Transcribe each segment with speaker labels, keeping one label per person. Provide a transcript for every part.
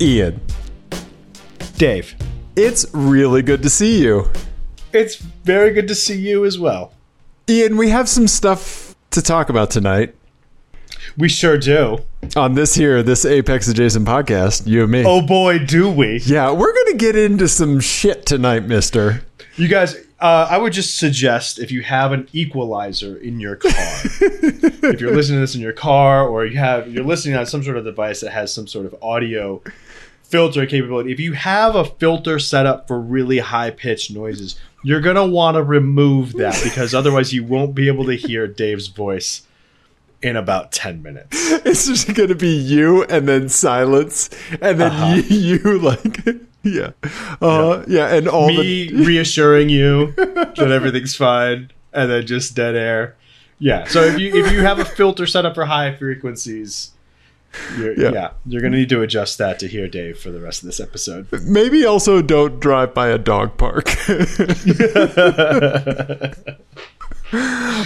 Speaker 1: Ian,
Speaker 2: Dave,
Speaker 1: it's really good to see you.
Speaker 2: it's very good to see you as well.
Speaker 1: Ian, we have some stuff to talk about tonight
Speaker 2: We sure do.
Speaker 1: on this here, this Apex Adjacent podcast, you and me.
Speaker 2: Oh boy, do we.
Speaker 1: Yeah, we're going to get into some shit tonight, mister.
Speaker 2: You guys, uh, I would just suggest if you have an equalizer in your car, if you're listening to this in your car or you have you're listening on some sort of device that has some sort of audio filter capability, if you have a filter set up for really high pitched noises, you're going to want to remove that because otherwise you won't be able to hear Dave's voice in about 10 minutes.
Speaker 1: It's just going to be you and then silence and then
Speaker 2: Uh-huh.
Speaker 1: you, you like yeah. Uh yeah, and all
Speaker 2: me reassuring you that everything's fine and then just dead air yeah so if you if you have a filter set up for high frequencies you're,
Speaker 1: Yeah.
Speaker 2: yeah. you're gonna need to adjust that to hear dave for the rest of this episode
Speaker 1: the maybe also don't drive by a dog park.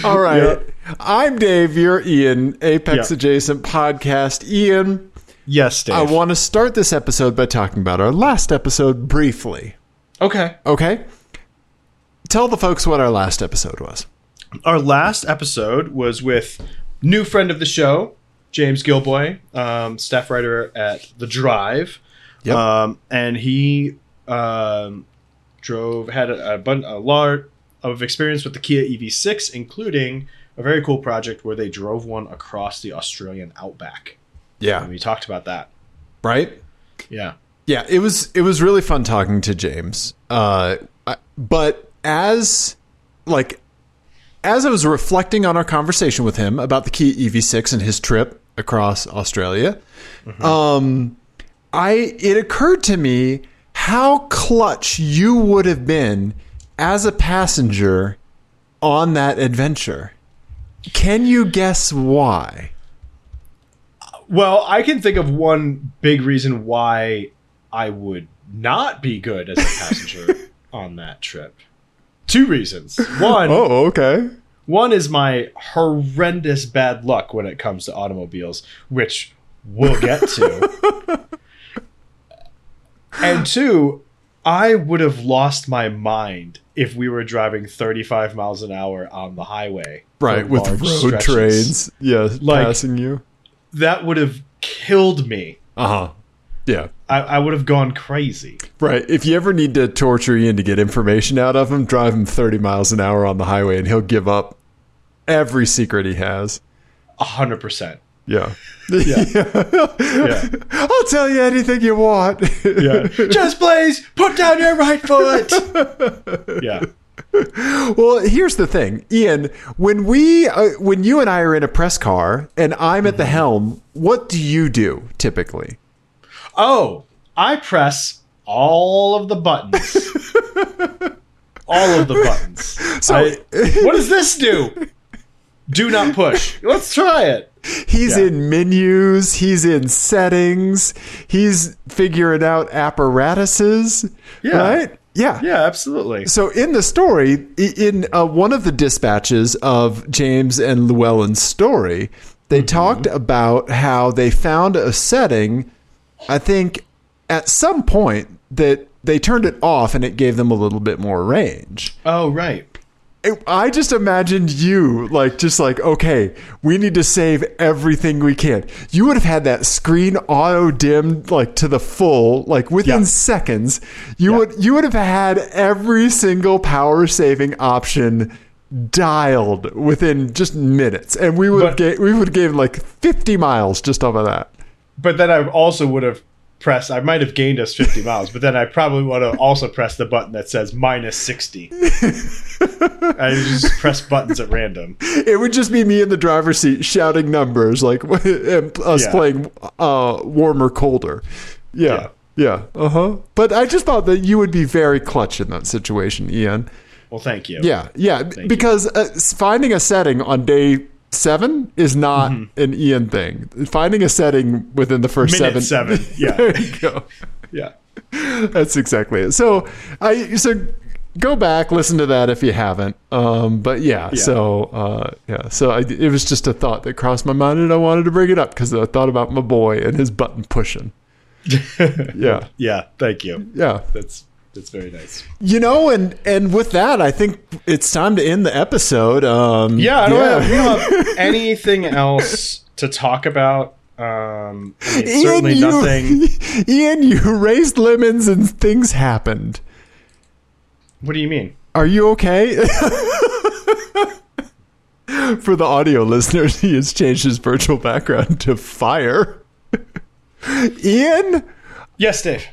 Speaker 1: all right. I'm Dave, you're Ian, Apex
Speaker 2: Yeah.
Speaker 1: Adjacent podcast. Ian,
Speaker 2: yes dave
Speaker 1: I want to start this episode by talking about our last episode briefly.
Speaker 2: okay
Speaker 1: Okay? Tell the folks what our last episode was.
Speaker 2: our last episode was with new friend of the show james gilboy um, staff writer at the drive
Speaker 1: Yep.
Speaker 2: um, and he um, drove had a, a, bun- a lot of experience with the kia ev6 including a very cool project where they drove one across the australian outback
Speaker 1: Yeah.
Speaker 2: and we talked about that
Speaker 1: Right?
Speaker 2: yeah
Speaker 1: Yeah, it was it was really fun talking to James. Uh, I, but as like as I was reflecting on our conversation with him about the Kia EV6 and his trip across Australia,
Speaker 2: Mm-hmm.
Speaker 1: um, I it occurred to me how clutch you would have been as a passenger on that adventure. Can you guess why?
Speaker 2: well i can think of one big reason why i would not be good as a passenger on that trip two reasons one
Speaker 1: Oh, okay.
Speaker 2: One is my horrendous bad luck when it comes to automobiles, which we'll get to. and two, I would have lost my mind if we were driving 35 miles an hour on the highway. for
Speaker 1: Right, with
Speaker 2: large
Speaker 1: road
Speaker 2: stretches.
Speaker 1: trains, yeah,
Speaker 2: Like-
Speaker 1: passing you.
Speaker 2: That would have killed me.
Speaker 1: Uh huh. Yeah.
Speaker 2: I, I would have gone crazy.
Speaker 1: Right. If you ever need to torture Ian to get information out of him, drive him 30 miles an hour on the highway and he'll give up every secret he has.
Speaker 2: 100%.
Speaker 1: Yeah. Yeah.
Speaker 2: Yeah.
Speaker 1: I'll tell you anything you want.
Speaker 2: Yeah. Just please put down your right foot. yeah.
Speaker 1: well, here's the thing, Ian. When we, uh, when you and I are in a press car and I'm at the
Speaker 2: Mm-hmm.
Speaker 1: helm, what do you do typically?
Speaker 2: Oh, I press all of the buttons. all of the buttons.
Speaker 1: So-
Speaker 2: I- what does this do? Do not push. Let's try it.
Speaker 1: He's
Speaker 2: Yeah.
Speaker 1: in menus, he's in settings, he's figuring out apparatuses,
Speaker 2: Yeah.
Speaker 1: right? Yeah.
Speaker 2: Yeah, absolutely.
Speaker 1: So in the story, i- in uh, one of the dispatches of James and Llewellyn's story, they talked about how they found a setting. I think at some point that they turned it off and it gave them a little bit more range.
Speaker 2: Oh, right.
Speaker 1: It- I just imagined you like just like okay, we need to save everything we can. You would have had that screen auto dimmed like to the full, like within
Speaker 2: Yeah.
Speaker 1: seconds. You
Speaker 2: Yeah.
Speaker 1: would you would have had every single power saving option dialed within just minutes, and we would
Speaker 2: But-
Speaker 1: get we would give like fifty miles just off of that.
Speaker 2: But then I also would have pressed, I might have gained us 50 miles, but then I probably would have also pressed the button that says minus 60. I just press buttons at random.
Speaker 1: It would just be me in the driver's seat shouting numbers like and us
Speaker 2: Yeah.
Speaker 1: playing uh, warmer colder.
Speaker 2: Yeah. Uh-huh.
Speaker 1: Yeah. Yeah. Uh huh. But I just thought that you would be very clutch in that situation, Ian.
Speaker 2: Well, thank you.
Speaker 1: Yeah. Yeah. because uh, s- finding a setting on day seven is not
Speaker 2: Mm-hmm.
Speaker 1: an Ian thing. Finding a setting within the first
Speaker 2: Minute
Speaker 1: seven.
Speaker 2: seven. Yeah.
Speaker 1: there you go.
Speaker 2: Yeah.
Speaker 1: That's exactly it. So I so go back listen to that if you haven't. Um, but yeah,
Speaker 2: Yeah.
Speaker 1: so uh, yeah, so I, it was just a thought that crossed my mind, and I wanted to bring it up because I thought about my boy and his button pushing. Yeah.
Speaker 2: yeah, thank you.
Speaker 1: Yeah.
Speaker 2: That's that's very nice.
Speaker 1: You know, and and with that, I think it's time to end the episode. Um,
Speaker 2: Yeah, I don't, Have, we don't have anything else to talk about. Um, I mean,
Speaker 1: Ian,
Speaker 2: certainly
Speaker 1: you,
Speaker 2: nothing.
Speaker 1: Ian, you raised lemons and things happened.
Speaker 2: What do you mean?
Speaker 1: Are you okay? For the audio listeners, he has changed his virtual background to fire. Ian,
Speaker 2: Yes, Dave.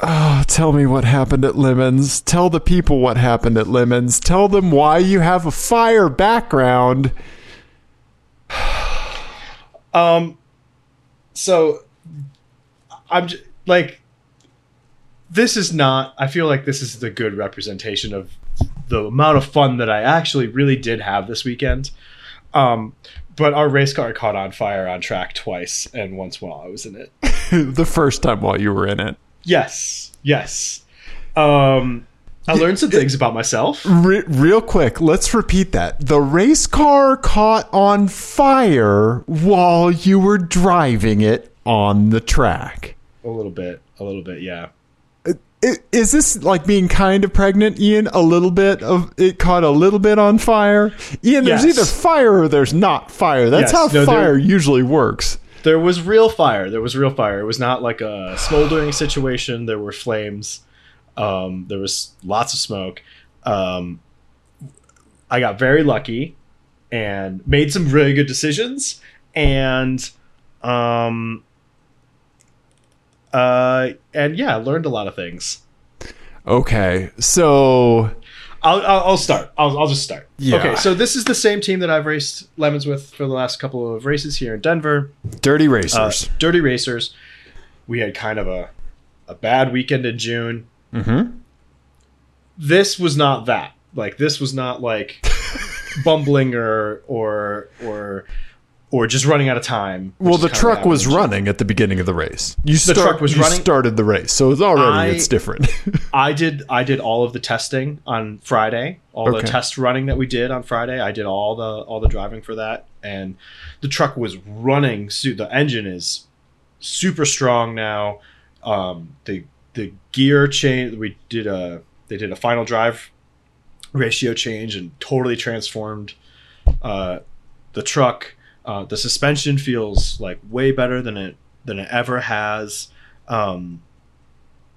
Speaker 1: oh, tell me what happened at Lemons. Tell the people what happened at Lemons. Tell them why you have a fire background.
Speaker 2: Um, so I'm j- like, this is not. I feel like this is the good representation of the amount of fun that I actually really did have this weekend. Um, but our race car caught on fire on track twice, and once while I was in it.
Speaker 1: the first time while you were in it.
Speaker 2: Yes, yes. Um, I learned some things about myself.
Speaker 1: Re- real quick, let's repeat that. The race car caught on fire while you were driving it on the track.
Speaker 2: A little bit, a little bit, yeah.
Speaker 1: I- Is this like being kind of pregnant, Ian? A little bit of it caught a little bit on fire. Ian, there's
Speaker 2: Yes.
Speaker 1: either fire or there's not fire. That's
Speaker 2: Yes,
Speaker 1: how
Speaker 2: no, there-
Speaker 1: fire usually works.
Speaker 2: There was real fire. There was real fire. It was not like a smoldering situation. There were flames. Um, there was lots of smoke. Um, I got very lucky and made some really good decisions. And um, uh, and yeah, learned a lot of things.
Speaker 1: Okay, so
Speaker 2: I'll, I'll, I'll start. I'll, I'll just start.
Speaker 1: Yeah.
Speaker 2: Okay, so this is the same team that I've raced lemons with for the last couple of races here in Denver.
Speaker 1: dirty
Speaker 2: Uh,
Speaker 1: racers.
Speaker 2: Dirty Racers. We had kind of a a bad weekend in June.
Speaker 1: mm-hmm.
Speaker 2: This was not that. Like this was not like bumbling or or or or just running out of time. which
Speaker 1: Well,
Speaker 2: is
Speaker 1: the
Speaker 2: kinda what
Speaker 1: truck
Speaker 2: happened
Speaker 1: was
Speaker 2: in June.
Speaker 1: running at the beginning of the race. You start,
Speaker 2: truck was
Speaker 1: you
Speaker 2: running.
Speaker 1: started the race, so it's already
Speaker 2: I-
Speaker 1: it's different.
Speaker 2: I did I did all of the testing on Friday. All
Speaker 1: Okay.
Speaker 2: the test running that we did on Friday, I did all the all the driving for that and the truck was running su- the engine is super strong now. Um the the gear change we did a they did a final drive ratio change and totally transformed uh the truck. Uh, the suspension feels like way better than it than it ever has. Um,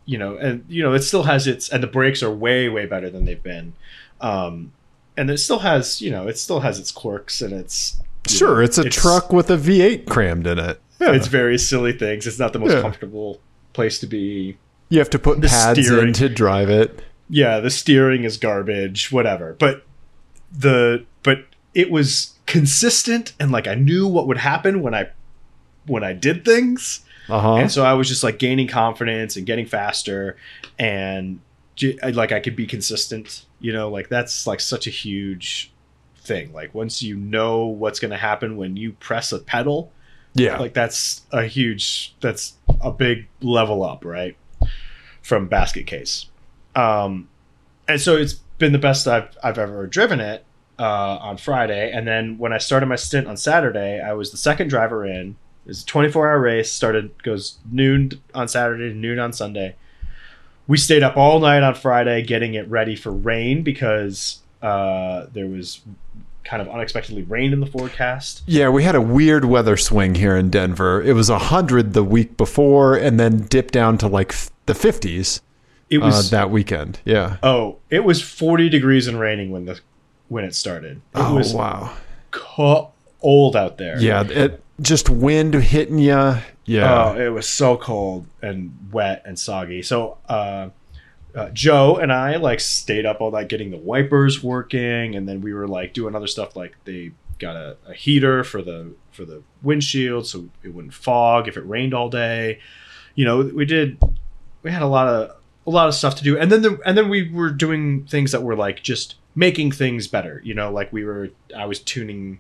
Speaker 2: you know, and you know it still has its and the brakes are way way better than they've been. Um, and it still has you know it still has its quirks and its you know,
Speaker 1: Sure, it's a
Speaker 2: its-
Speaker 1: truck with a V8 crammed in it. Yeah.
Speaker 2: It's very silly things. It's not the most
Speaker 1: Yeah.
Speaker 2: comfortable place to be.
Speaker 1: you have to put
Speaker 2: the
Speaker 1: pads
Speaker 2: steering.
Speaker 1: in to drive it.
Speaker 2: yeah the steering is garbage whatever but the but it was consistent and like i knew what would happen when i when i did things
Speaker 1: Uh huh.
Speaker 2: and so i was just like gaining confidence and getting faster and j- I- like i could be consistent you know like that's like such a huge thing like once you know what's going to happen when you press a pedal
Speaker 1: Yeah.
Speaker 2: like that's a huge that's a big level up right from basket case um and so it's been the best i've i've ever driven it uh on friday and then when i started my stint on saturday i was the second driver in it's a 24 hour race started goes noon on saturday to noon on sunday we stayed up all night on friday getting it ready for rain because uh there was kind of unexpectedly rain in the forecast
Speaker 1: yeah, we had a weird weather swing here in Denver. It was 100 the week before and then dipped down to like f- the 50s
Speaker 2: it
Speaker 1: uh,
Speaker 2: was
Speaker 1: that weekend. Yeah.
Speaker 2: Oh, it was 40 degrees and raining when the when it started. It
Speaker 1: Oh,
Speaker 2: was
Speaker 1: wow.
Speaker 2: cold out there.
Speaker 1: Yeah, it just wind hitting you. Yeah.
Speaker 2: Oh, it was so cold and wet and soggy. So, uh, uh, Joe and I like stayed up all night getting the wipers working, and then we were like doing other stuff. Like they got a, a heater for the for the windshield so it wouldn't fog if it rained all day. You know, we did. We had a lot of a lot of stuff to do, and then the, and then we were doing things that were like just making things better. You know, like we were. I was tuning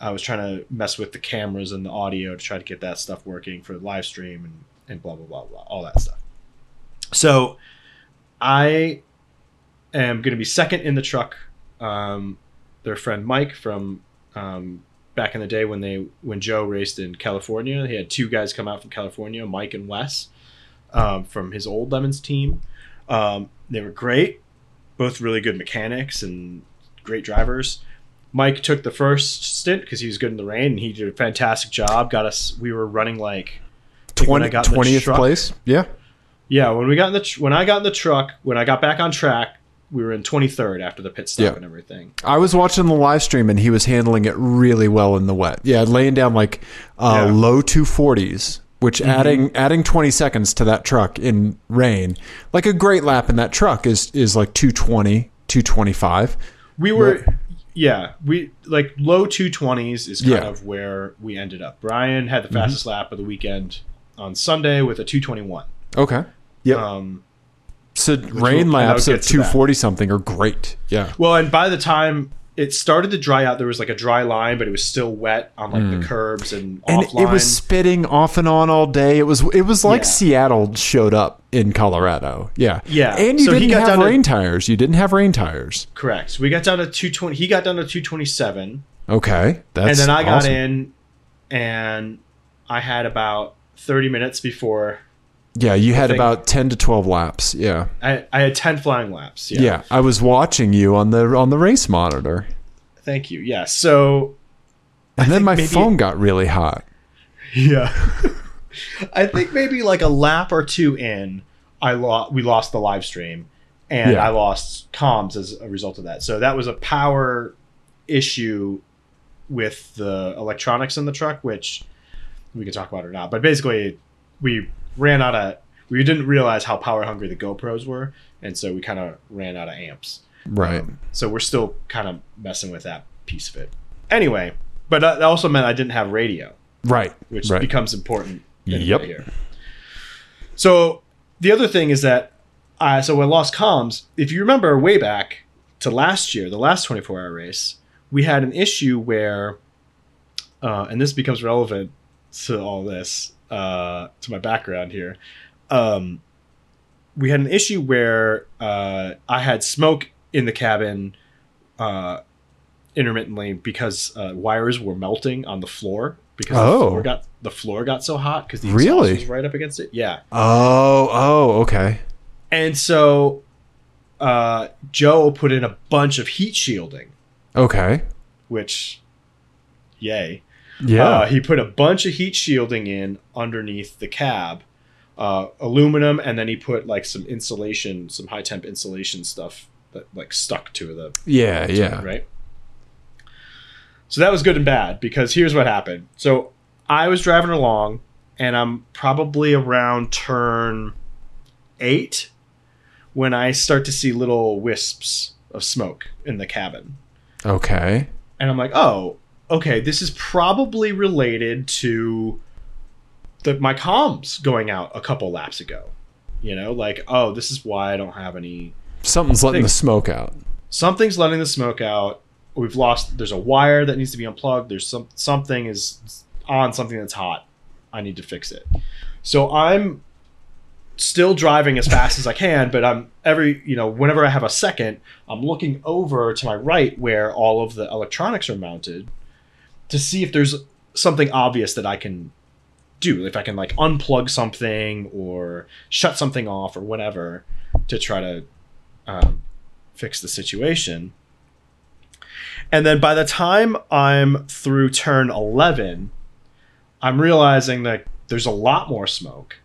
Speaker 2: I was trying to mess with the cameras and the audio to try to get that stuff working for the live stream and, and blah blah blah blah all that stuff. So I am going to be second in the truck. Um, their friend Mike from um, back in the day when they when Joe raced in California. He had two guys come out from California, Mike and Wes, um, from his old Lemons team. Um, they were great, both really good mechanics and great drivers. Mike took the first stint because he was good in the rain and he did a fantastic job. Got us. We were running like I
Speaker 1: Twenty
Speaker 2: got in the
Speaker 1: twentieth 20th
Speaker 2: truck.
Speaker 1: place. Yeah.
Speaker 2: yeah, when we got in the tr- when I got in the truck, when I got back on track, we were in 23rd after the pit stop
Speaker 1: Yeah.
Speaker 2: and everything.
Speaker 1: I was watching the live stream and he was handling it really well in the wet. Yeah, laying down like uh,
Speaker 2: Yeah. Mm-hmm.
Speaker 1: low two forties, which adding adding twenty seconds to that truck in rain, like a great lap in that truck is is like 220, 225.
Speaker 2: We were yeah, we like low 220s is kind
Speaker 1: Yeah. Mm-hmm.
Speaker 2: of where we ended up. Brian had the fastest lap of the weekend on Sunday with a 221.
Speaker 1: Okay. Yep.
Speaker 2: Um
Speaker 1: so
Speaker 2: we'll-
Speaker 1: rain
Speaker 2: and I'll
Speaker 1: laps
Speaker 2: get
Speaker 1: of
Speaker 2: to that.
Speaker 1: two forty something are great. Yeah.
Speaker 2: well, and by the time it started to dry out, there was like a dry line, but it was still wet on like the curbs and,
Speaker 1: Mm. And
Speaker 2: offline.
Speaker 1: it was spitting off and on all day. It was it was like
Speaker 2: Yeah.
Speaker 1: Seattle showed up in Colorado. Yeah.
Speaker 2: Yeah.
Speaker 1: And you
Speaker 2: So he
Speaker 1: didn't
Speaker 2: got down
Speaker 1: have
Speaker 2: to-
Speaker 1: rain tires. You didn't have rain tires.
Speaker 2: correct. So we got down to 220 he got down to 227.
Speaker 1: Okay. That's
Speaker 2: and then I got
Speaker 1: awesome.
Speaker 2: in, and I had about thirty minutes before
Speaker 1: Yeah, you had
Speaker 2: think-
Speaker 1: about ten to twelve laps. Yeah.
Speaker 2: I, I had ten flying laps. Yeah.
Speaker 1: yeah, I was watching you on the on the race monitor,
Speaker 2: Thank you. Yeah. So
Speaker 1: and then
Speaker 2: think
Speaker 1: my
Speaker 2: maybe-
Speaker 1: phone got really hot.
Speaker 2: yeah, I think maybe like a lap or two in, I lost. We lost the live stream, and
Speaker 1: Yeah.
Speaker 2: I lost comms as a result of that. So that was a power issue with the electronics in the truck, which we can talk about or not. But basically, we ran out of. We didn't realize how power hungry the GoPros were, and so we kind of ran out of amps.
Speaker 1: Right.
Speaker 2: Um, so we're still kind of messing with that piece of it. Anyway, but that that also meant I didn't have radio,
Speaker 1: right.
Speaker 2: which
Speaker 1: right.
Speaker 2: becomes important. in
Speaker 1: Yep.
Speaker 2: Here. So the other thing is that I so when lost comms, if you remember way back to last year, the last 24 hour race, we had an issue where, uh, and this becomes relevant to all this, uh, to my background here. Um, we had an issue where uh, I had smoke in the cabin uh, intermittently because uh, wires were melting on the floor because the
Speaker 1: Oh.
Speaker 2: floor got the floor got so hot because the exhaust
Speaker 1: Really?
Speaker 2: was right up against it. Yeah,
Speaker 1: oh. Oh. Okay.
Speaker 2: and so uh, Joe put in a bunch of heat shielding,
Speaker 1: Okay.
Speaker 2: which, yay.
Speaker 1: Yeah.
Speaker 2: Uh, he put a bunch of heat shielding in underneath the cab, uh, aluminum, and then he put like some insulation, some high temp insulation stuff that like stuck to the
Speaker 1: yeah. Yeah.
Speaker 2: right? So that was good and bad because here's what happened. So I was driving along and I'm probably around turn eight when I start to see little wisps of smoke in the cabin.
Speaker 1: Okay.
Speaker 2: And I'm like, oh, okay, this is probably related to the, my comms going out a couple laps ago. You know, like, oh, this is why I don't have any
Speaker 1: Something's letting
Speaker 2: Think-
Speaker 1: the smoke out.
Speaker 2: something's letting the smoke out. We've lost. There's a wire that needs to be unplugged. There's some something is on something that's hot. I need to fix it. So I'm still driving as fast as I can, but I'm every you know whenever I have a second, I'm looking over to my right where all of the electronics are mounted to see if there's something obvious that I can do, if I can like unplug something or shut something off or whatever to try to um, fix the situation. And then by the time I'm through turn 11, I'm realizing that there's a lot more smoke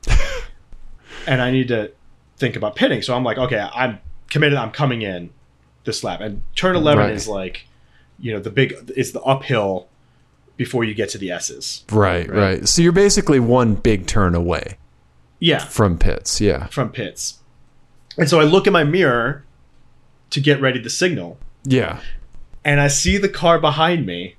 Speaker 2: and I need to think about pitting. So I'm like, okay, I'm committed. I'm coming in this lap. And turn 11
Speaker 1: Right.
Speaker 2: is like, you know, the big, it's the uphill before you get to the S's.
Speaker 1: Right,
Speaker 2: Right.
Speaker 1: right. So you're basically one big turn away
Speaker 2: Yeah,
Speaker 1: from pits. Yeah.
Speaker 2: from pits. And so I look in my mirror to get ready to signal.
Speaker 1: Yeah.
Speaker 2: and I see the car behind me.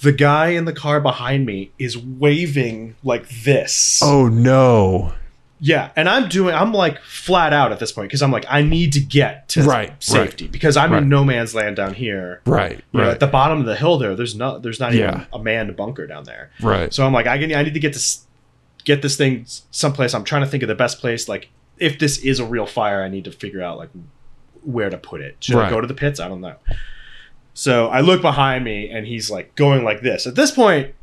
Speaker 2: The guy in the car behind me is waving like this.
Speaker 1: Oh no.
Speaker 2: Yeah, and I'm doing I'm like flat out at this point because I'm like I need to get to
Speaker 1: Right,
Speaker 2: safety because I'm
Speaker 1: right.
Speaker 2: in no man's land down here.
Speaker 1: Right.
Speaker 2: You know,
Speaker 1: Right.
Speaker 2: at the bottom of the hill there there's no there's not
Speaker 1: Yeah.
Speaker 2: even a manned bunker down there.
Speaker 1: right.
Speaker 2: So I'm like I can, I need to get this get this thing s- someplace. I'm trying to think of the best place like if this is a real fire I need to figure out like where to put it. Should I
Speaker 1: Right.
Speaker 2: go to the pits? I don't know. So I look behind me and he's like going like this. At this point,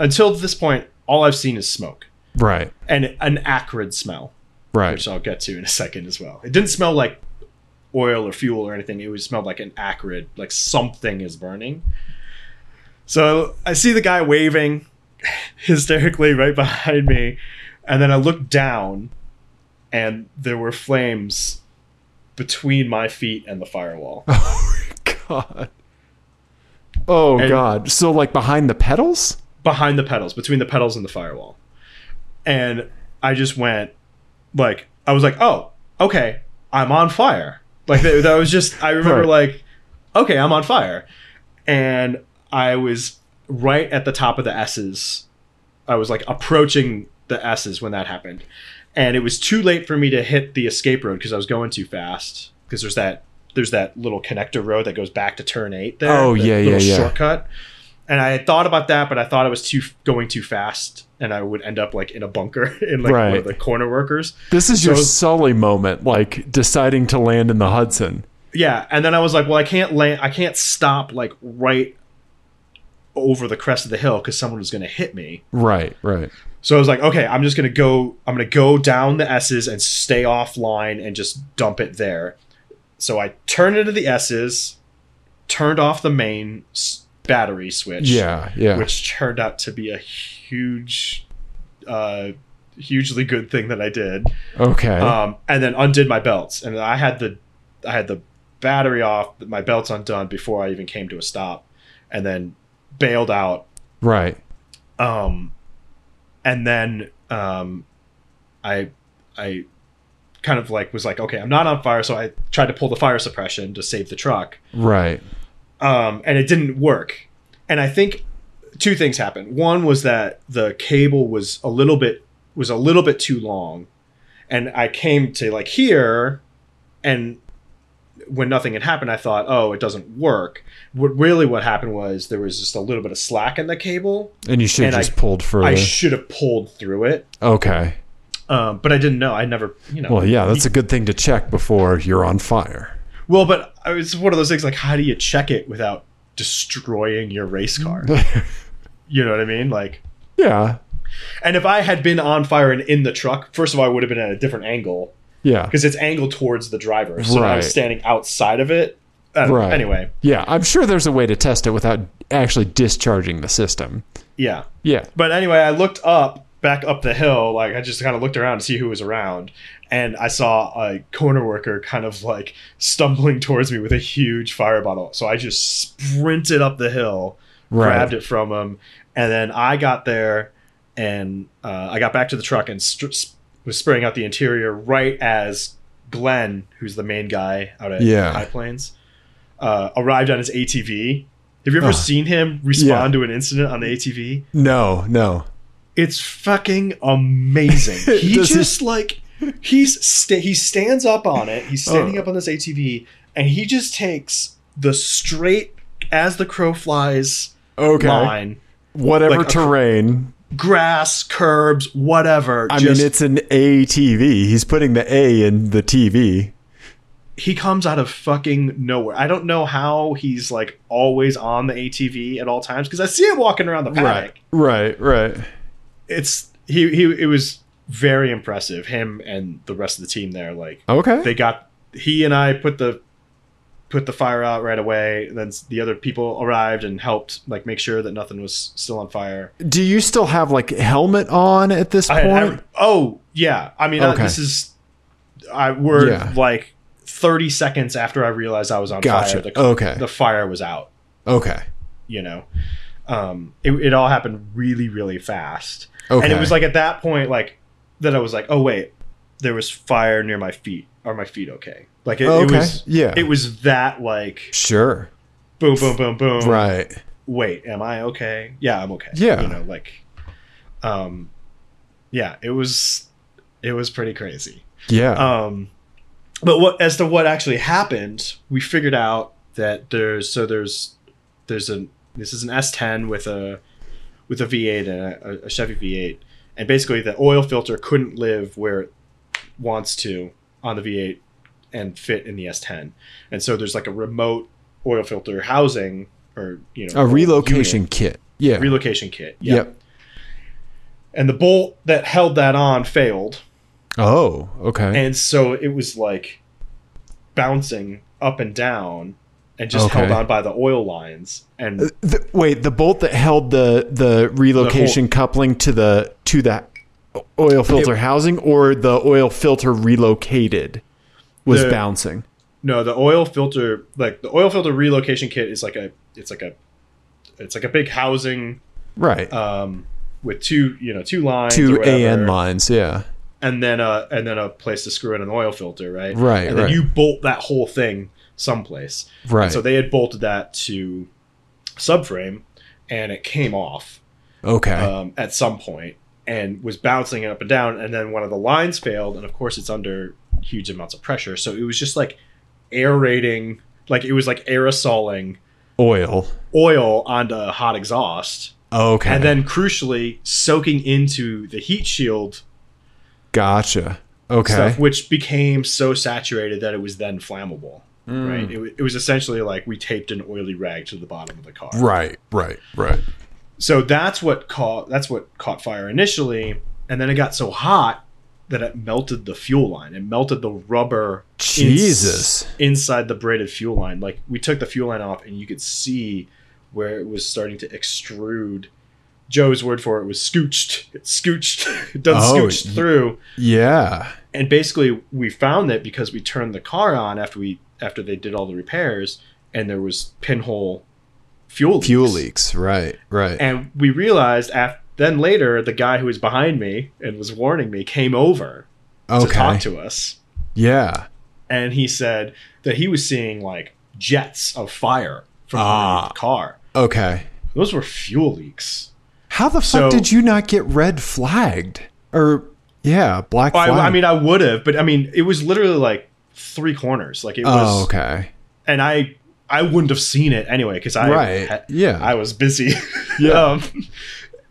Speaker 2: until this point, all I've seen is smoke
Speaker 1: Right.
Speaker 2: and an acrid smell,
Speaker 1: Right.
Speaker 2: which I'll get to in a second as well. It didn't smell like oil or fuel or anything. It was smelled like an acrid, like something is burning. So I see the guy waving hysterically right behind me, and then I look down, and there were flames between my feet and the firewall.
Speaker 1: Oh god. Oh
Speaker 2: And-
Speaker 1: god. So like behind the pedals?
Speaker 2: behind the pedals, between the pedals and the firewall. And I just went, like, I was like, oh, okay, I'm on fire. Like, that, that was just, I remember,
Speaker 1: Right.
Speaker 2: like, okay, I'm on fire. And I was right at the top of the S's. I was like approaching the S's when that happened. And it was too late for me to hit the escape road because I was going too fast. Because there's that there's that little connector road that goes back to turn eight there.
Speaker 1: Oh,
Speaker 2: the
Speaker 1: yeah, yeah,
Speaker 2: little
Speaker 1: yeah.
Speaker 2: Shortcut. And I had thought about that, but I thought I was too going too fast, and I would end up like in a bunker in like one
Speaker 1: Right.
Speaker 2: of the corner workers.
Speaker 1: This is your
Speaker 2: So-
Speaker 1: Sully moment, like deciding to land in the Hudson.
Speaker 2: Yeah, and then I was like, well, I can't land, I can't stop like right over the crest of the hill because someone was going to hit me.
Speaker 1: Right, right.
Speaker 2: So I was like, okay, I'm just gonna go. I'm gonna go down the S's and stay offline and just dump it there. So I turned into the S's, turned off the main s- battery switch.
Speaker 1: Yeah, yeah.
Speaker 2: which turned out to be a huge, uh, hugely good thing that I did.
Speaker 1: okay.
Speaker 2: Um, and then undid my belts, and I had the, I had the battery off, my belts undone before I even came to a stop, and then bailed out
Speaker 1: right.
Speaker 2: um and then um i i kind of like was like okay i'm not on fire so i tried to pull the fire suppression to save the truck
Speaker 1: Right.
Speaker 2: um and it didn't work and i think two things happened one was that the cable was a little bit was a little bit too long and i came to like here and when nothing had happened i thought oh it doesn't work what really what happened was there was just a little bit of slack in the cable
Speaker 1: And you should have
Speaker 2: And I-
Speaker 1: just pulled further.
Speaker 2: I should have pulled through it,
Speaker 1: okay.
Speaker 2: um, but I didn't know. I never, you know.
Speaker 1: Well, yeah, that's a good thing to check before you're on fire.
Speaker 2: Well, but I was one of those things like, how do you check it without destroying your race car? you know what I mean? Like,
Speaker 1: yeah.
Speaker 2: and if I had been on fire and in the truck, first of all, I would have been at a different angle
Speaker 1: Yeah.
Speaker 2: because it's angled towards the driver. So I
Speaker 1: Right.
Speaker 2: was standing outside of it. Uh,
Speaker 1: Right.
Speaker 2: Anyway,
Speaker 1: Yeah, I'm sure there's a way to test it without actually discharging the system.
Speaker 2: yeah.
Speaker 1: Yeah.
Speaker 2: But anyway, I looked up back up the hill. Like I just kind of looked around to see who was around, and I saw a corner worker kind of like stumbling towards me with a huge fire bottle. So I just sprinted up the hill,
Speaker 1: Right.
Speaker 2: grabbed it from him, and then I got there and uh, I got back to the truck and str- sp- was spraying out the interior right as Glenn, who's the main guy out at
Speaker 1: Yeah.
Speaker 2: High Plains, uh, arrived on his ATV. Have you ever
Speaker 1: Ugh.
Speaker 2: seen him respond to an incident on the ATV?
Speaker 1: No, no.
Speaker 2: It's fucking amazing. He
Speaker 1: Does he-
Speaker 2: just like he's sta- he stands up on it. He's standing
Speaker 1: Oh.
Speaker 2: up on this ATV, and he just takes the straight as the crow flies
Speaker 1: Okay.
Speaker 2: line,
Speaker 1: Whatever
Speaker 2: Like a-
Speaker 1: terrain.
Speaker 2: grass, curbs, whatever.
Speaker 1: I
Speaker 2: just,
Speaker 1: mean, it's an ATV. He's putting the A in the TV.
Speaker 2: he comes out of fucking nowhere. I don't know how he's like always on the ATV at all times because I see him walking around the paddock.
Speaker 1: Right, right.
Speaker 2: It's he he. It was very impressive. Him and the rest of the team there, like.
Speaker 1: Okay.
Speaker 2: they got he and I put the put the fire out right away. And then the other people arrived and helped like make sure that nothing was still on fire.
Speaker 1: Do you still have like helmet on at this
Speaker 2: I,
Speaker 1: point?
Speaker 2: I, oh yeah, I mean uh,
Speaker 1: Okay.
Speaker 2: this is I we're
Speaker 1: Yeah.
Speaker 2: like thirty seconds after I realized I was on
Speaker 1: Gotcha.
Speaker 2: fire. The,
Speaker 1: Okay.
Speaker 2: the fire was out.
Speaker 1: okay.
Speaker 2: You know, um, it, it all happened really really fast.
Speaker 1: Okay.
Speaker 2: And it was like at that point, like that I was like, oh wait, there was fire near my feet. Are my feet okay? Like it,
Speaker 1: okay.
Speaker 2: it was,
Speaker 1: yeah.
Speaker 2: it was that like
Speaker 1: sure.
Speaker 2: boom, boom, boom, boom.
Speaker 1: Right.
Speaker 2: Wait, am I okay? Yeah, I'm okay.
Speaker 1: Yeah.
Speaker 2: you know, like, um, yeah, it was, it was pretty crazy.
Speaker 1: Yeah.
Speaker 2: Um, but what as to what actually happened, we figured out that there's so there's there's an this is an S10 with a with a V8 and a, a Chevy V8, and basically the oil filter couldn't live where it wants to on the V8 and fit in the S10, and so there's like a remote oil filter housing or you know
Speaker 1: A relocation
Speaker 2: unit.
Speaker 1: kit. Yeah.
Speaker 2: relocation kit. Yeah.
Speaker 1: yep.
Speaker 2: And the bolt that held that on failed,
Speaker 1: Oh, okay.
Speaker 2: and so it was like bouncing up and down, and just held
Speaker 1: Okay.
Speaker 2: on by the oil lines. And
Speaker 1: The, wait, the bolt that held the the relocation coupling to the to the oil filter housing, or the oil filter relocated, was
Speaker 2: The-
Speaker 1: bouncing.
Speaker 2: no, the oil filter, like the oil filter relocation kit, is like a it's like a it's like a big housing
Speaker 1: Right.
Speaker 2: um, with two you know two lines, or
Speaker 1: Two
Speaker 2: whatever.
Speaker 1: AN lines. Yeah.
Speaker 2: and then a and then a place to screw in an oil filter, right?
Speaker 1: Right,
Speaker 2: And then
Speaker 1: right.
Speaker 2: you bolt that whole thing someplace.
Speaker 1: Right.
Speaker 2: And so they had bolted that to subframe, and it came off
Speaker 1: okay.
Speaker 2: um, at some point and was bouncing up and down. And then one of the lines failed, and of course it's under huge amounts of pressure, so it was just like aerating, like it was like aerosoling
Speaker 1: oil.
Speaker 2: oil onto hot exhaust,
Speaker 1: Okay.
Speaker 2: and then crucially soaking into the heat shield
Speaker 1: gotcha. Okay.
Speaker 2: stuff, which became so saturated that it was then flammable. Right. It, wa- it was essentially like we taped an oily rag to the bottom of the car.
Speaker 1: Right. Right. Right.
Speaker 2: So that's what caught that's what caught fire initially, and then it got so hot that it melted the fuel line. It melted the rubber ins-
Speaker 1: Jesus.
Speaker 2: inside the braided fuel line. Like we took the fuel line off, and you could see where it was starting to extrude. Joe's word for it was scooched. It scooched. It done
Speaker 1: Oh,
Speaker 2: scooched
Speaker 1: y-
Speaker 2: through.
Speaker 1: Yeah.
Speaker 2: and basically we found it because we turned the car on after we after they did all the repairs and there was pinhole fuel leaks.
Speaker 1: Fuel leaks. Right. Right.
Speaker 2: and we realized after then later the guy who was behind me and was warning me came over
Speaker 1: okay.
Speaker 2: to talk to us
Speaker 1: yeah.
Speaker 2: and he said that he was seeing like jets of fire from
Speaker 1: Ah.
Speaker 2: underneath the car
Speaker 1: Okay.
Speaker 2: those were fuel leaks
Speaker 1: How the fuck
Speaker 2: So-
Speaker 1: did you not get red flagged? Or yeah, black
Speaker 2: I,
Speaker 1: flag.
Speaker 2: I mean i would have but i mean it was literally like three corners like it was
Speaker 1: oh, okay.
Speaker 2: and I I wouldn't have seen it anyway because I
Speaker 1: Right,
Speaker 2: had-
Speaker 1: yeah.
Speaker 2: I was busy
Speaker 1: Yeah.
Speaker 2: um,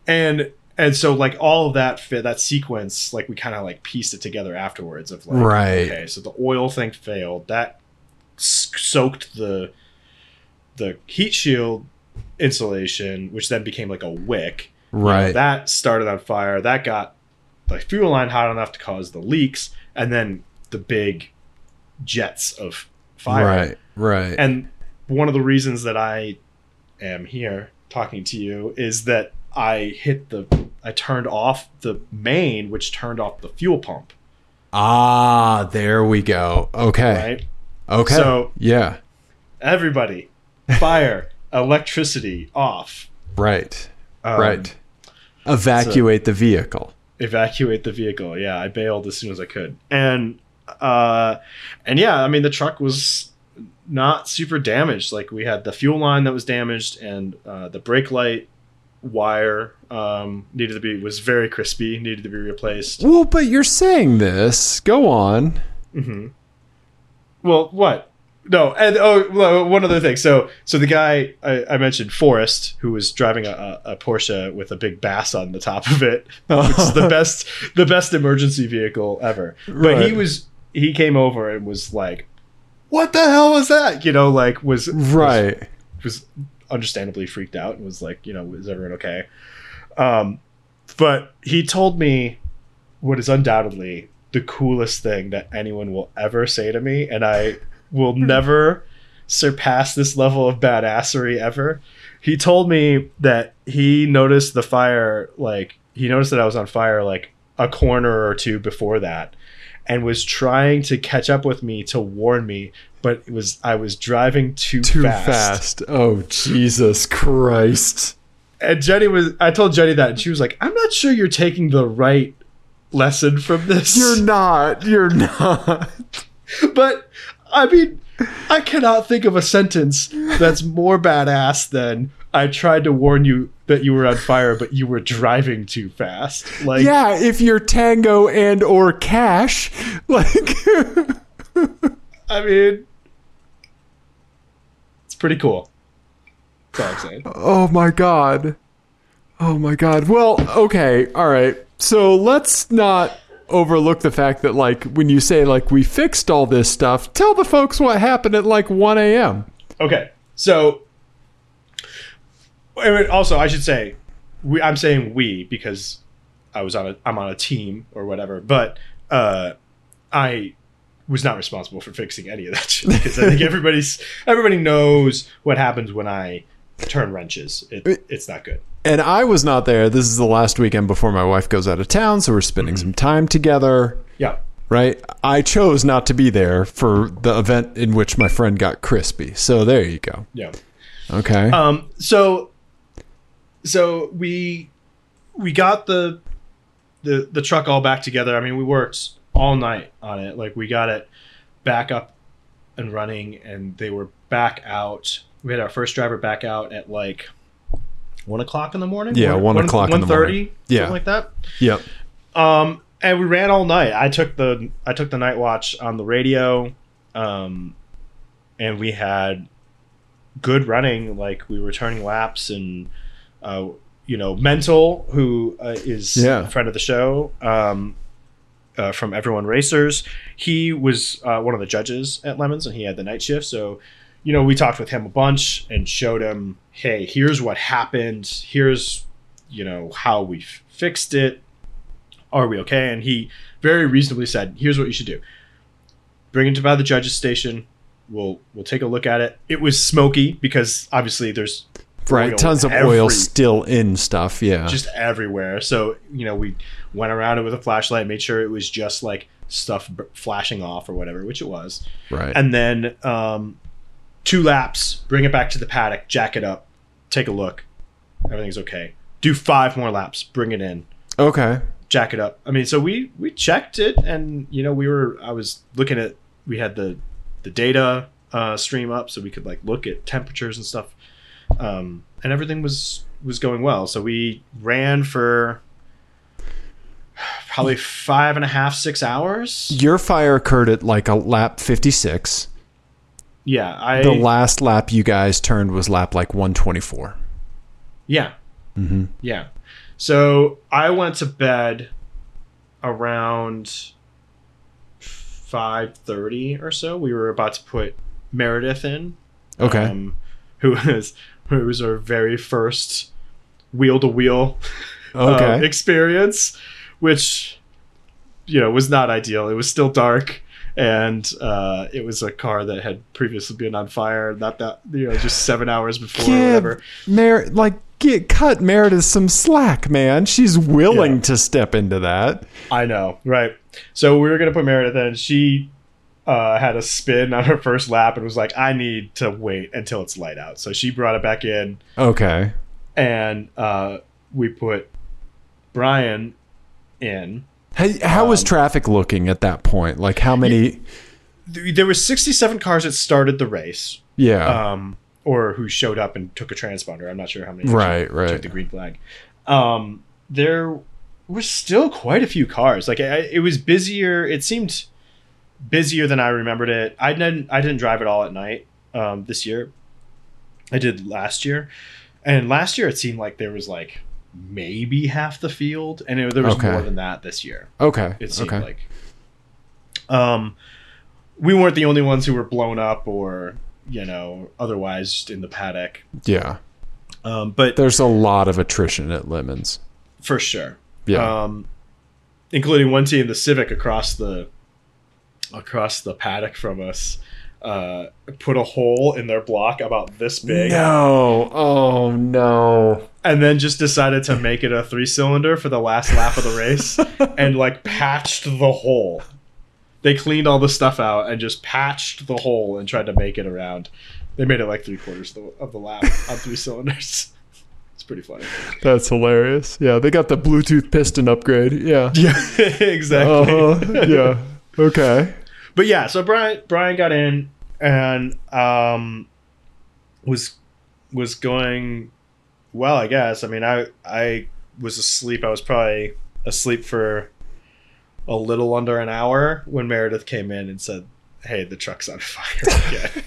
Speaker 2: and and so like all of that fit that sequence like we kind of like pieced it together afterwards of like
Speaker 1: Right.
Speaker 2: okay so the oil thing failed that s- soaked the the heat shield insulation which then became like a wick You know,
Speaker 1: Right.
Speaker 2: that started on fire that got the fuel line hot enough to cause the leaks and then the big jets of fire
Speaker 1: Right. Right.
Speaker 2: and one of the reasons that I am here talking to you is that I hit the I turned off the main which turned off the fuel pump,
Speaker 1: ah, there we go. Okay.
Speaker 2: right?
Speaker 1: Okay.
Speaker 2: So-
Speaker 1: yeah.
Speaker 2: Everybody, fire, electricity off.
Speaker 1: Right.
Speaker 2: Um,
Speaker 1: right. Evacuate the vehicle.
Speaker 2: Evacuate the vehicle. Yeah, I bailed as soon as I could. And uh and yeah, I mean the truck was not super damaged. Like we had the fuel line that was damaged and uh the brake light wire um needed to be was very crispy, needed to be replaced.
Speaker 1: Well, but you're saying this. Go on.
Speaker 2: hmm Well, what? No, and oh, well, one other thing. So, so the guy I, I mentioned, Forrest, who was driving a, a a Porsche with a big bass on the top of it, which is the best, the best emergency vehicle ever. But he
Speaker 1: Right.
Speaker 2: was, he came over and was like, "What the hell was that?" You know, like was
Speaker 1: Right.
Speaker 2: was understandably freaked out and was like, you know, is everyone okay? Um, but he told me what is undoubtedly the coolest thing that anyone will ever say to me, and I will never surpass this level of badassery ever. He told me that he noticed the fire, like, he noticed that I was on fire, like, a corner or two before that and was trying to catch up with me to warn me but it was i was driving too,
Speaker 1: Too
Speaker 2: fast
Speaker 1: fast. Oh, Jesus Christ.
Speaker 2: and Jenny was I told Jenny that and she was like, I'm not sure you're taking the right lesson from this.
Speaker 1: You're not. You're not.
Speaker 2: but I mean, I cannot think of a sentence that's more badass than I tried to warn you that you were on fire, but you were driving too fast. Like
Speaker 1: yeah, if you're Tango and or Cash, like
Speaker 2: I mean It's pretty cool. That's all I'm saying.
Speaker 1: Oh my god. Oh my god. Well, okay. All right. So let's not overlook the fact that like when you say like we fixed all this stuff, tell the folks what happened at like 1 a.m.
Speaker 2: Okay. So, and also I should say, we, I'm saying we because I was on a I'm on a team or whatever, but uh, I was not responsible for fixing any of that shit because I think everybody's everybody knows what happens when I turn wrenches. It, it's not good.
Speaker 1: And I was not there. This is the last weekend before my wife goes out of town, so we're spending some time together,
Speaker 2: Yeah.
Speaker 1: right? I chose not to be there for the event in which my friend got crispy. So there you go.
Speaker 2: Yeah.
Speaker 1: Okay.
Speaker 2: Um, so, so we we got the the the truck all back together. I mean, we worked all night on it. Like we got it back up and running, and they were back out. We had our first driver back out at like one o'clock in the morning.
Speaker 1: Yeah, one o'clock in the morning.
Speaker 2: 1:30,
Speaker 1: Yeah.
Speaker 2: something like that.
Speaker 1: yep.
Speaker 2: Um, and we ran all night. I took the I took the night watch on the radio, um, and we had good running. Like we were turning laps, and uh, you know, Mental, who uh, is
Speaker 1: Yeah.
Speaker 2: a friend of the show, um, uh, from Everyone Racers, he was uh, one of the judges at Lemons, and he had the night shift. So, you know, we talked with him a bunch and showed him, hey, here's what happened. Here's you know how we f- fixed it are we okay? And he very reasonably said, here's what you should do. Bring it to by the judges station. We'll we'll take a look at it. It was smoky because obviously there's
Speaker 1: Right.
Speaker 2: oil
Speaker 1: Tons of
Speaker 2: every-
Speaker 1: oil still in stuff. Yeah.
Speaker 2: just everywhere. So, you know, we went around it with a flashlight, made sure it was just like stuff b- flashing off or whatever, which it was.
Speaker 1: right.
Speaker 2: And then um, two laps, bring it back to the paddock, jack it up, take a look. Everything's okay. Do five more laps, bring it in.
Speaker 1: okay.
Speaker 2: jack it up. I mean, so we we checked it, and you know, we were I was looking at we had the the data uh, stream up, so we could like look at temperatures and stuff, um, and everything was was going well. So we ran for probably five and a half six hours.
Speaker 1: Your fire occurred at like a lap 56.
Speaker 2: Yeah, I
Speaker 1: The last lap you guys turned was lap like 124.
Speaker 2: Yeah. Mm-hmm. Yeah. So I went to bed around five thirty or so. We were about to put Meredith in.
Speaker 1: Okay.
Speaker 2: Um, who was who was our very first wheel to wheel
Speaker 1: okay.
Speaker 2: experience, which you know was not ideal. It was still dark. And uh, it was a car that had previously been on fire, not that you know, just seven hours before or whatever.
Speaker 1: Mer- like get cut Meredith some slack, man. She's willing
Speaker 2: Yeah.
Speaker 1: to step into that.
Speaker 2: I know, right? So we were gonna put Meredith in. She uh, had a spin on her first lap and was like, "I need to wait until it's light out." So she brought it back in,
Speaker 1: Okay.
Speaker 2: and uh, we put Brian in.
Speaker 1: Hey, how was
Speaker 2: Um,
Speaker 1: traffic looking at that point? Like how many?
Speaker 2: Th- There were sixty-seven cars that started the race,
Speaker 1: Yeah. Uh,
Speaker 2: um, or who showed up and took a transponder. I'm not sure how many. actually
Speaker 1: right.
Speaker 2: took
Speaker 1: Right.
Speaker 2: the green flag. Um, there were still quite a few cars. Like I, it was busier. It seemed busier than I remembered it. I didn't. I didn't drive at all at night um, this year. I did last year, and last year it seemed like there was like maybe half the field, and it, there was
Speaker 1: Okay.
Speaker 2: more than that this year.
Speaker 1: Okay.
Speaker 2: It seemed
Speaker 1: Okay.
Speaker 2: like. Um, we weren't the only ones who were blown up or you know otherwise just in the paddock.
Speaker 1: yeah.
Speaker 2: Um, but
Speaker 1: There's a lot of attrition at Lemons.
Speaker 2: for sure,
Speaker 1: Yeah.
Speaker 2: um, including one team, the Civic, across the across the paddock from us, uh, put a hole in their block about this big,
Speaker 1: no. Oh no.
Speaker 2: and then just decided to make it a three cylinder for the last lap of the race, and like patched the hole. They cleaned all the stuff out and just patched the hole and tried to make it around. They made it like three quarters of the, of the lap on three cylinders. It's pretty funny.
Speaker 1: That's hilarious. Yeah, they got the Bluetooth piston upgrade. Yeah.
Speaker 2: Yeah, exactly.
Speaker 1: Uh-huh. yeah. Okay.
Speaker 2: but yeah, so Brian Brian got in and um, was was going well, I guess. I mean, I I was asleep. I was probably asleep for a little under an hour when Meredith came in and said, "Hey, the truck's on fire again."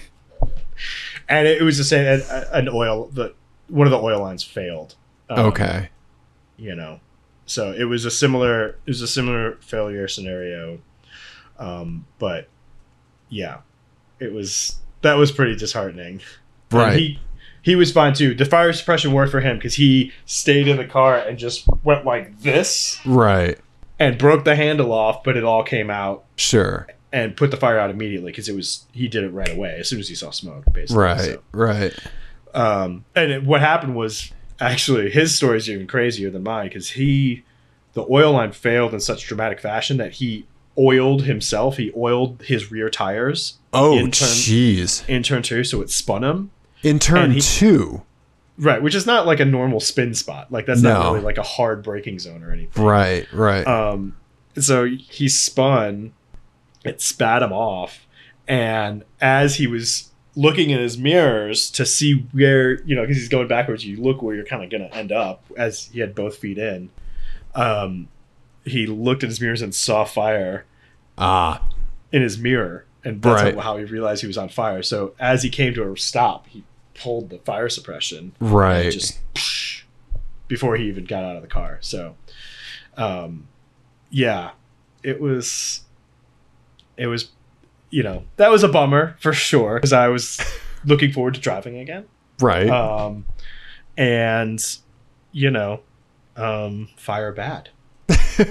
Speaker 2: and it, was the same. An, an oil the one of the oil lines failed. Um,
Speaker 1: Okay.
Speaker 2: you know so it was a similar it was a similar failure scenario um but yeah it was that was pretty disheartening And
Speaker 1: Right.
Speaker 2: He he was fine too. The fire suppression worked for him because he stayed in the car and just went like this
Speaker 1: Right.
Speaker 2: and broke the handle off, but it all came out
Speaker 1: Sure.
Speaker 2: and put the fire out immediately because it was he did it right away as soon as he saw smoke basically.
Speaker 1: Right.
Speaker 2: So,
Speaker 1: Right.
Speaker 2: um, and it, what happened was actually his story is even crazier than mine because he the oil line failed in such dramatic fashion that he oiled himself. He oiled his rear tires
Speaker 1: Oh,
Speaker 2: In turn-
Speaker 1: jeez.
Speaker 2: in turn two, so it spun him.
Speaker 1: In turn
Speaker 2: And he-
Speaker 1: two.
Speaker 2: Right, which is not like a normal spin spot. Like that's
Speaker 1: No.
Speaker 2: not really like a hard braking zone or anything.
Speaker 1: Right. Right.
Speaker 2: Um, so he spun, it spat him off, and as he was looking in his mirrors to see where you know because he's going backwards, you look where you're kind of going to end up. As he had both feet in, um, he looked at his mirrors and saw fire
Speaker 1: ah.
Speaker 2: in his mirror, and that's
Speaker 1: Right.
Speaker 2: how he realized he was on fire. So as he came to a stop, he pulled the fire suppression
Speaker 1: Right.
Speaker 2: and just psh, before he even got out of the car. So, um, yeah, it was, it was, you know, that was a bummer for sure because I was looking forward to driving again.
Speaker 1: right.
Speaker 2: Um, and you know, um, fire bad,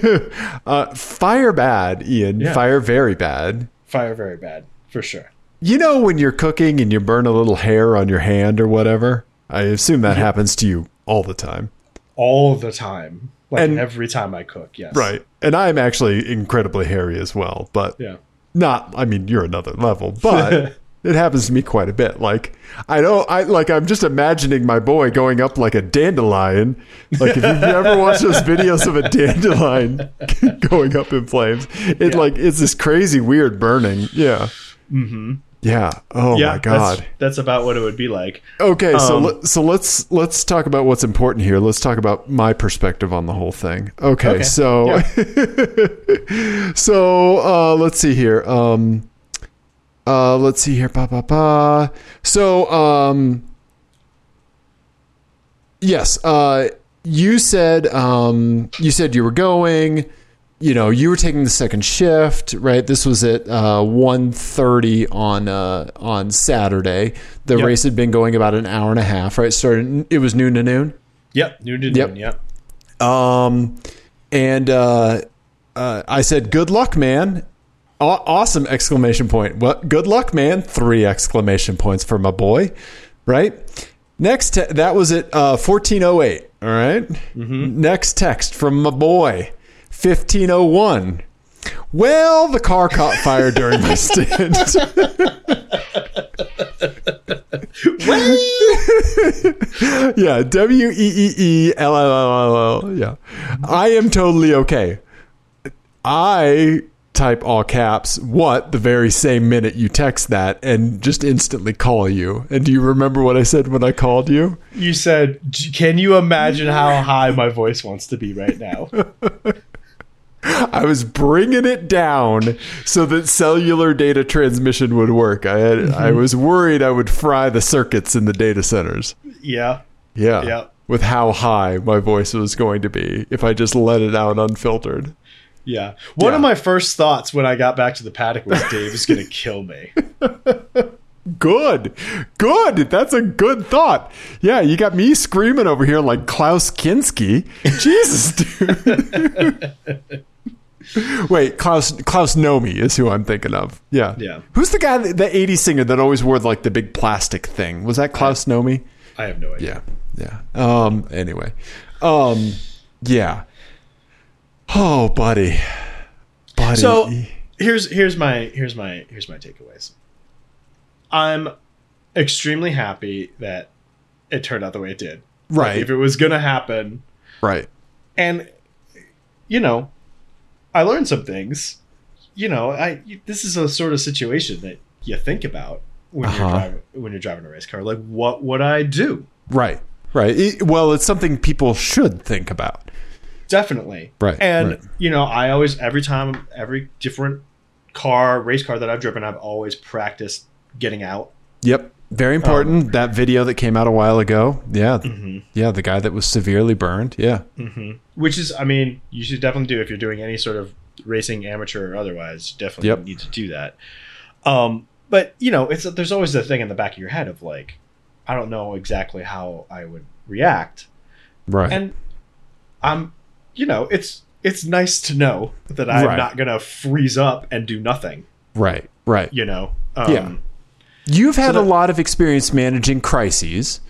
Speaker 1: uh, fire bad, Ian.
Speaker 2: Yeah.
Speaker 1: Fire very bad.
Speaker 2: fire very bad for sure.
Speaker 1: You know when you're cooking and you burn a little hair on your hand or whatever? I assume that happens to you all the time.
Speaker 2: All the time, like
Speaker 1: And-
Speaker 2: every time I cook. Yes,
Speaker 1: And I'm actually incredibly hairy as well, but
Speaker 2: Yeah.
Speaker 1: not I mean you're another level, but it happens to me quite a bit. Like I don't I like I'm just imagining my boy going up like a dandelion. Like if you've ever watched those videos of a dandelion going up in flames, it
Speaker 2: Yeah.
Speaker 1: like it's this crazy weird burning. Yeah.
Speaker 2: Mm-hmm.
Speaker 1: Yeah. Oh
Speaker 2: yeah,
Speaker 1: my god.
Speaker 2: That's, that's about what it would be like.
Speaker 1: Okay, so
Speaker 2: Um,
Speaker 1: let, so let's let's talk about what's important here. Let's talk about my perspective on the whole thing. Okay,
Speaker 2: Okay,
Speaker 1: so so uh, let's see here. Um, uh, let's see here. Pa pa pa. So um, yes. Uh, you said um, you said you were going. You know, you were taking the second shift, right? This was at uh, 1.30 on uh, on Saturday. The
Speaker 2: Yep.
Speaker 1: race had been going about an hour and a half, right? Started. It was noon to noon.
Speaker 2: Yep, noon to
Speaker 1: Yep.
Speaker 2: noon. Yep.
Speaker 1: Um, and uh, uh, I said, "Good luck, man." Aw- awesome exclamation point. What? Good luck, man. Three exclamation points for my boy, right? Next, te- that was at uh, 1408. All right? Next text from my boy, 1501. Well, the car caught fire during my stint. yeah, W E E E L L L L L. Yeah, I am totally okay. I type all caps what the very same minute you text that and just instantly call you. And do you remember what I said when I called you?
Speaker 2: You said, "G- "Can you imagine how high my voice wants to be right now?"
Speaker 1: I was bringing it down so that cellular data transmission would work. I had, I was worried I would fry the circuits in the data centers.
Speaker 2: yeah,
Speaker 1: Yeah.
Speaker 2: Yeah.
Speaker 1: With how high my voice was going to be if I just let it out unfiltered.
Speaker 2: yeah. One
Speaker 1: Yeah.
Speaker 2: of my first thoughts when I got back to the paddock was, "Dave is gonna kill me."
Speaker 1: Good. Good. That's a good thought. Yeah, you got me screaming over here like Klaus Kinski. Jesus, dude. Wait, Klaus Klaus Nomi is who I'm thinking of. Yeah.
Speaker 2: Yeah.
Speaker 1: Who's the guy that, the 80s singer that always wore like the big plastic thing? Was that Klaus Nomi?
Speaker 2: I have no idea.
Speaker 1: Yeah. Yeah. Um anyway. Um yeah. Oh, buddy. Buddy.
Speaker 2: So here's here's my here's my here's my takeaways. I'm extremely happy that it turned out the way it did.
Speaker 1: right.
Speaker 2: If it was gonna happen,
Speaker 1: right.
Speaker 2: and you know i learned some things you know i this is a sort of situation that you think about when
Speaker 1: Uh-huh.
Speaker 2: you're driving when you're driving a race car like what would i do
Speaker 1: Right. Right. It- well, it's something people should think about.
Speaker 2: definitely
Speaker 1: Right,
Speaker 2: and
Speaker 1: right.
Speaker 2: you know i always every time every different car race car that i've driven i've always practiced getting out
Speaker 1: Yep. Um, Very important. that video that came out a while ago. Yeah. Yeah. The guy that was severely burned. Yeah. Mm-hmm.
Speaker 2: which is i mean you should definitely do if you're doing any sort of racing amateur or otherwise you definitely
Speaker 1: Yep.
Speaker 2: need to do that um but you know it's there's always the thing in the back of your head of like I don't know exactly how I would react.
Speaker 1: Right.
Speaker 2: And I'm, you know, it's it's nice to know that I'm
Speaker 1: Right.
Speaker 2: not gonna freeze up and do nothing.
Speaker 1: right. Right.
Speaker 2: You know. Um,
Speaker 1: Yeah. You've had
Speaker 2: that-
Speaker 1: a lot of experience managing crises.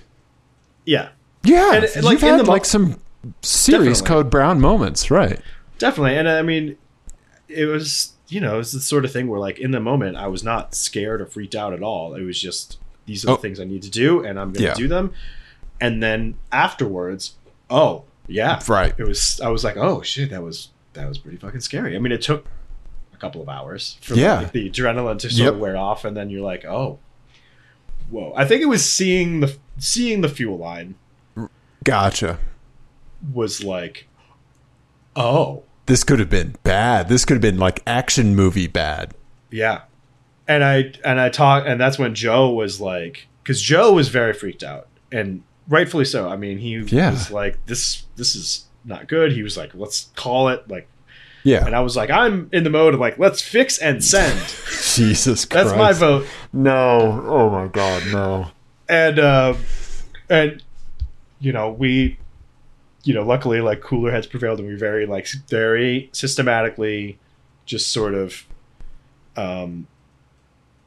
Speaker 2: Yeah.
Speaker 1: Yeah.
Speaker 2: And, and, like,
Speaker 1: you've
Speaker 2: in
Speaker 1: had
Speaker 2: the mo-
Speaker 1: like some serious
Speaker 2: Definitely.
Speaker 1: code brown moments, right?
Speaker 2: Definitely. And uh, I mean, it was, you know, it's the sort of thing where, like, in the moment, I was not scared or freaked out at all. It was just, these are
Speaker 1: Oh.
Speaker 2: the things I need to do, and I'm going to
Speaker 1: Yeah.
Speaker 2: do them. And then afterwards, oh, yeah.
Speaker 1: Right.
Speaker 2: It was, I was like, oh, shit, that was, that was pretty fucking scary. I mean, it took a couple of hours for
Speaker 1: Yeah.
Speaker 2: like, the adrenaline to sort
Speaker 1: Yep.
Speaker 2: of wear off. And then you're like, oh, whoa. I think it was seeing the, seeing the fuel line
Speaker 1: Gotcha.
Speaker 2: was like, oh,
Speaker 1: This could have been bad. This could have been like action movie bad.
Speaker 2: Yeah. And I and I talked and that's when Joe was like cuz Joe was very freaked out and rightfully so. I mean, he
Speaker 1: Yeah.
Speaker 2: was like this this is not good. He was like let's call it like
Speaker 1: Yeah.
Speaker 2: and I was like I'm in the mode of like let's fix and send.
Speaker 1: Jesus
Speaker 2: That's
Speaker 1: Christ.
Speaker 2: my vote.
Speaker 1: No. Oh my God. No.
Speaker 2: And uh and you know, we you know, luckily like cooler heads prevailed and we very like very systematically just sort of um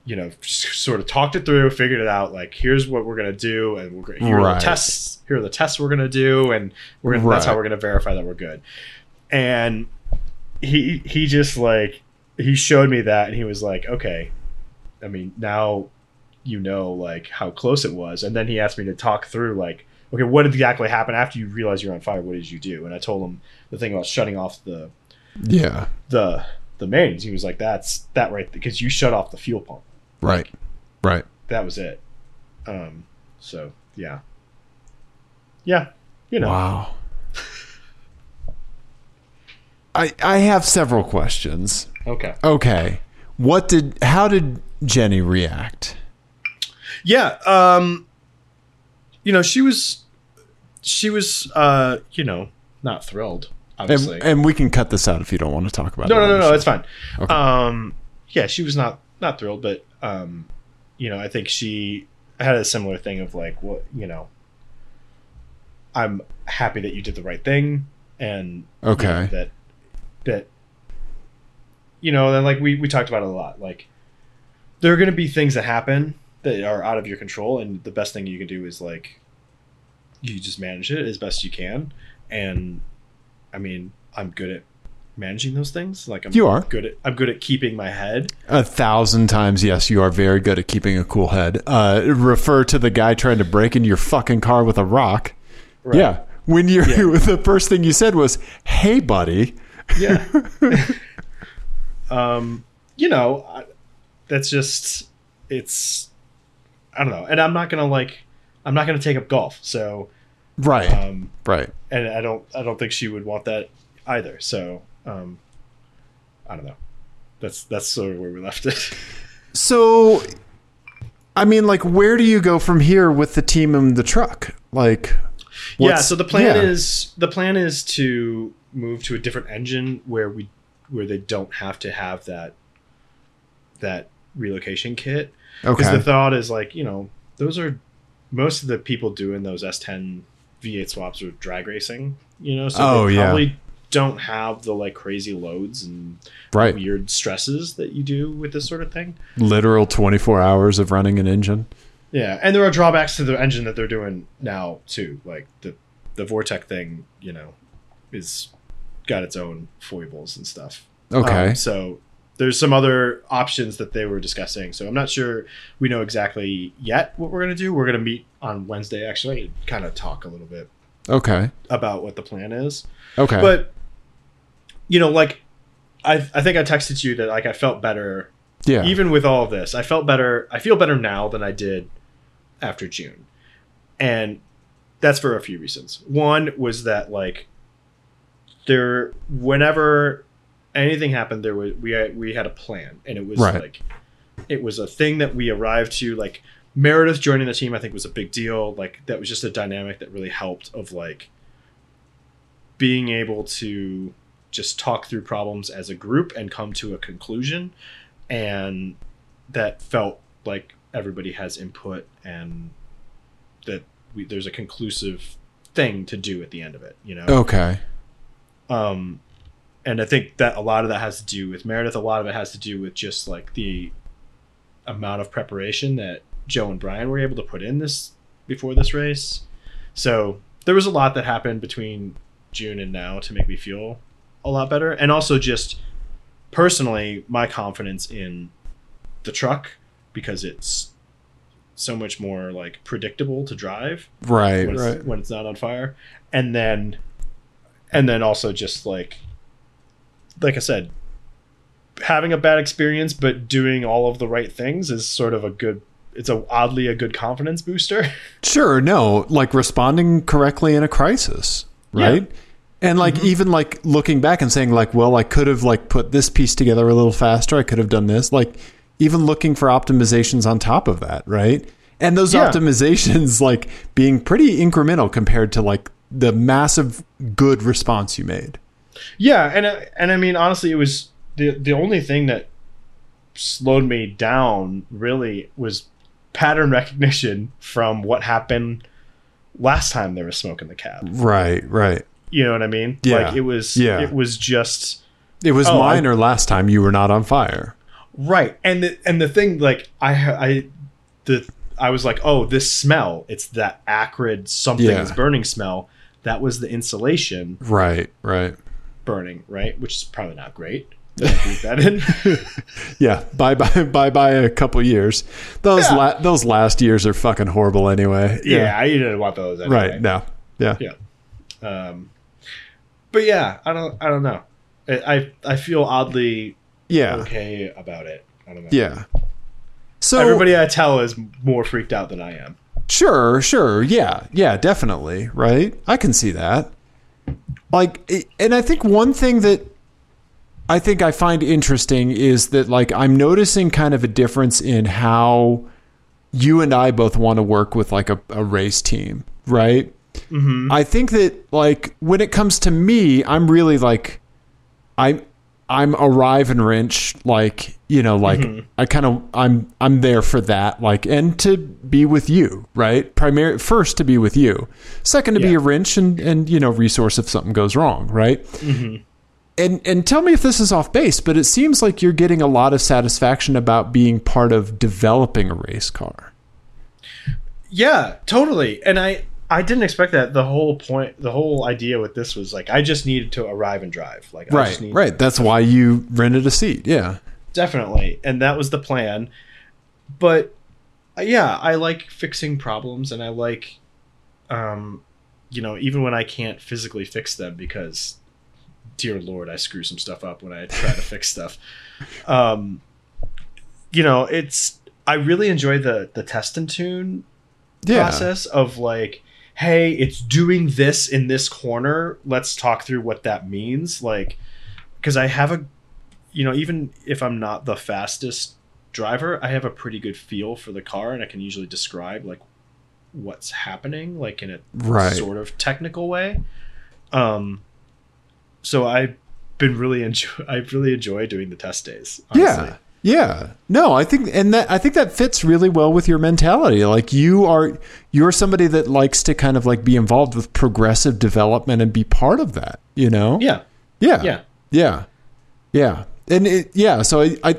Speaker 2: you know s- sort of talked it through figured it out like here's what we're gonna do and we're gonna here are
Speaker 1: Right.
Speaker 2: the tests here are the tests we're gonna do and we're gonna that's how
Speaker 1: Right.
Speaker 2: we're gonna verify that we're good and he he just like he showed me that and he was like okay i mean now you know like how close it was and then he asked me to talk through like okay what exactly happened after you realize you're on fire what did you do and i told him the thing about shutting off the
Speaker 1: Yeah.
Speaker 2: the the mains. He was like, "That's that right," because you shut off the fuel pump.
Speaker 1: Right. Right.
Speaker 2: That was it. Um, so yeah, yeah, you know,
Speaker 1: Wow. I I have several questions.
Speaker 2: okay,
Speaker 1: Okay. What did how did Jenny react?
Speaker 2: yeah. Um, you know, she was, she was, uh, you know, not thrilled.
Speaker 1: And,
Speaker 2: Obviously,
Speaker 1: and we can cut this out if you don't want to talk about
Speaker 2: no,
Speaker 1: it.
Speaker 2: no,
Speaker 1: on
Speaker 2: no,
Speaker 1: the
Speaker 2: no,
Speaker 1: show.
Speaker 2: it's fine.
Speaker 1: Okay.
Speaker 2: Um, yeah, she was not not thrilled, but um, you know, I think she had a similar thing of like, what you know, I'm happy that you did the right thing, and you know,
Speaker 1: Okay.
Speaker 2: that that you know, and like we we talked about it a lot, like there are going to be things that happen that are out of your control, and the best thing you can do is like you just manage it as best you can, and I mean, I'm good at managing those things. Like I'm
Speaker 1: You are.
Speaker 2: good at I'm good at keeping my head.
Speaker 1: A thousand times, yes, you are very good at keeping a cool head. Uh, refer to the guy trying to break into your fucking car with a rock.
Speaker 2: Right.
Speaker 1: Yeah. When you the first thing you said was, "Hey, buddy."
Speaker 2: Yeah. um, you know, I, that's just it's I don't know. And I'm not going to like I'm not going to take up golf. So,
Speaker 1: Right.
Speaker 2: um
Speaker 1: right.
Speaker 2: and I don't I don't think she would want that either. So, um I don't know. That's that's sort of where we left it.
Speaker 1: So, I mean, like, where do you go from here with the team and the truck? Like,
Speaker 2: yeah,
Speaker 1: what's-
Speaker 2: so the plan
Speaker 1: yeah.
Speaker 2: is the plan is to move to a different engine where we where they don't have to have that that relocation kit. Because
Speaker 1: okay,
Speaker 2: the thought is like, you know, those are most of the people doing those S10 V8 swaps are drag racing, you know, so
Speaker 1: Oh,
Speaker 2: they
Speaker 1: yeah.
Speaker 2: probably don't have the like crazy loads and
Speaker 1: right?
Speaker 2: weird stresses that you do with this sort of thing.
Speaker 1: Literal twenty four hours of running an engine.
Speaker 2: Yeah, and there are drawbacks to the engine that they're doing now too. Like the the Vortec thing, you know, is got its own foibles and stuff.
Speaker 1: Okay,
Speaker 2: Um, so there's some other options that they were discussing. So I'm not sure we know exactly yet what we're gonna do. We're gonna meet on Wednesday actually and kind of talk a little bit
Speaker 1: okay,
Speaker 2: about what the plan is.
Speaker 1: okay.
Speaker 2: But you know, like I I think I texted you that like I felt better
Speaker 1: yeah,
Speaker 2: even with all of this, I felt better. I feel better now than I did after June, and that's for a few reasons. One was that like there, whenever anything happened, there was we had, we had a plan, and it was
Speaker 1: Right.
Speaker 2: like it was a thing that we arrived to. Like Meredith joining the team, I think was a big deal. Like that was just a dynamic that really helped. Of like being able to just talk through problems as a group and come to a conclusion and that felt like everybody has input and that we, there's a conclusive thing to do at the end of it. You know.
Speaker 1: Okay.
Speaker 2: Um, and I think that a lot of that has to do with Meredith. A lot of it has to do with just like the amount of preparation that Joe and Brian were able to put in this before this race. So there was a lot that happened between June and now to make me feel a lot better. And also just personally, my confidence in the truck because it's so much more like predictable to drive
Speaker 1: Right.
Speaker 2: when,
Speaker 1: Right.
Speaker 2: it's, when it's not on fire and then and then also just like like i said having a bad experience but doing all of the right things is sort of a good it's a oddly a good confidence booster
Speaker 1: Sure, no, like responding correctly in a crisis, right? And like even like looking back and saying like, well, I could have like put this piece together a little faster. I could have done this. Like even looking for optimizations on top of that, right? And those
Speaker 2: Yeah.
Speaker 1: optimizations like being pretty incremental compared to like the massive good response you made.
Speaker 2: yeah and I- and i mean honestly it was the the only thing that slowed me down really was pattern recognition from what happened last time there was smoke in the cab
Speaker 1: Right, right.
Speaker 2: you know what i mean
Speaker 1: Yeah.
Speaker 2: like it was
Speaker 1: Yeah.
Speaker 2: it was just
Speaker 1: It was
Speaker 2: Oh, I-
Speaker 1: minor last time you were not on fire.
Speaker 2: Right, and the, and the thing like I ha- I the I was like, oh, this smell. It's that acrid something
Speaker 1: Yeah.
Speaker 2: is burning smell. That was the insulation
Speaker 1: Right, right.
Speaker 2: burning, right? Which is probably not great. Did I breathe that in.
Speaker 1: Yeah, bye bye bye bye a couple years. Those
Speaker 2: Yeah.
Speaker 1: la- those last years are fucking horrible anyway.
Speaker 2: yeah, I didn't want those. Anyway.
Speaker 1: Right. No. Yeah.
Speaker 2: Yeah. Um, but yeah, I don't. I don't know. I I, I feel oddly
Speaker 1: Yeah.
Speaker 2: okay about it. I don't know.
Speaker 1: Ah. Yeah. So
Speaker 2: Everybody I tell is more freaked out than I am.
Speaker 1: sure, sure. Yeah. Yeah, definitely, right? I can see that. Like it- and I think one thing that I think I find interesting is that like I'm noticing kind of a difference in how you and I both want to work with like a, a race team, right? I think that like when it comes to me, I'm really like I'm I'm arrive and wrench like you know like I kind of I'm I'm there for that like and to be with you right primary first to be with you second to be
Speaker 2: Yeah.
Speaker 1: a wrench and and you know resource if something goes wrong right and and tell me if this is off base but it seems like you're getting a lot of satisfaction about being part of developing a race car
Speaker 2: Yeah, totally. And I I didn't expect that. The whole point, the whole idea with this was like I just needed to arrive and drive. Like I
Speaker 1: right
Speaker 2: just need,
Speaker 1: right that's why you rented a seat yeah
Speaker 2: definitely. And that was the plan. But uh, yeah, I like fixing problems, and I like, um, you know, even when I can't physically fix them because, dear lord, I screw some stuff up when I try to fix stuff. Um, you know, it's I really enjoy the the test and tune
Speaker 1: yeah
Speaker 2: process of like hey it's doing this in this corner let's talk through what that means like because i have a you know even if i'm not the fastest driver i have a pretty good feel for the car and i can usually describe like what's happening like in a
Speaker 1: right
Speaker 2: sort of technical way um so i've been really enjoy i've really enjoyed doing the test days honestly.
Speaker 1: Yeah. Yeah. No, I think and that I think that fits really well with your mentality. Like you are you're somebody that likes to kind of like be involved with progressive development and be part of that, you know?
Speaker 2: yeah
Speaker 1: Yeah.
Speaker 2: yeah
Speaker 1: Yeah. Yeah. And it, yeah, so I, I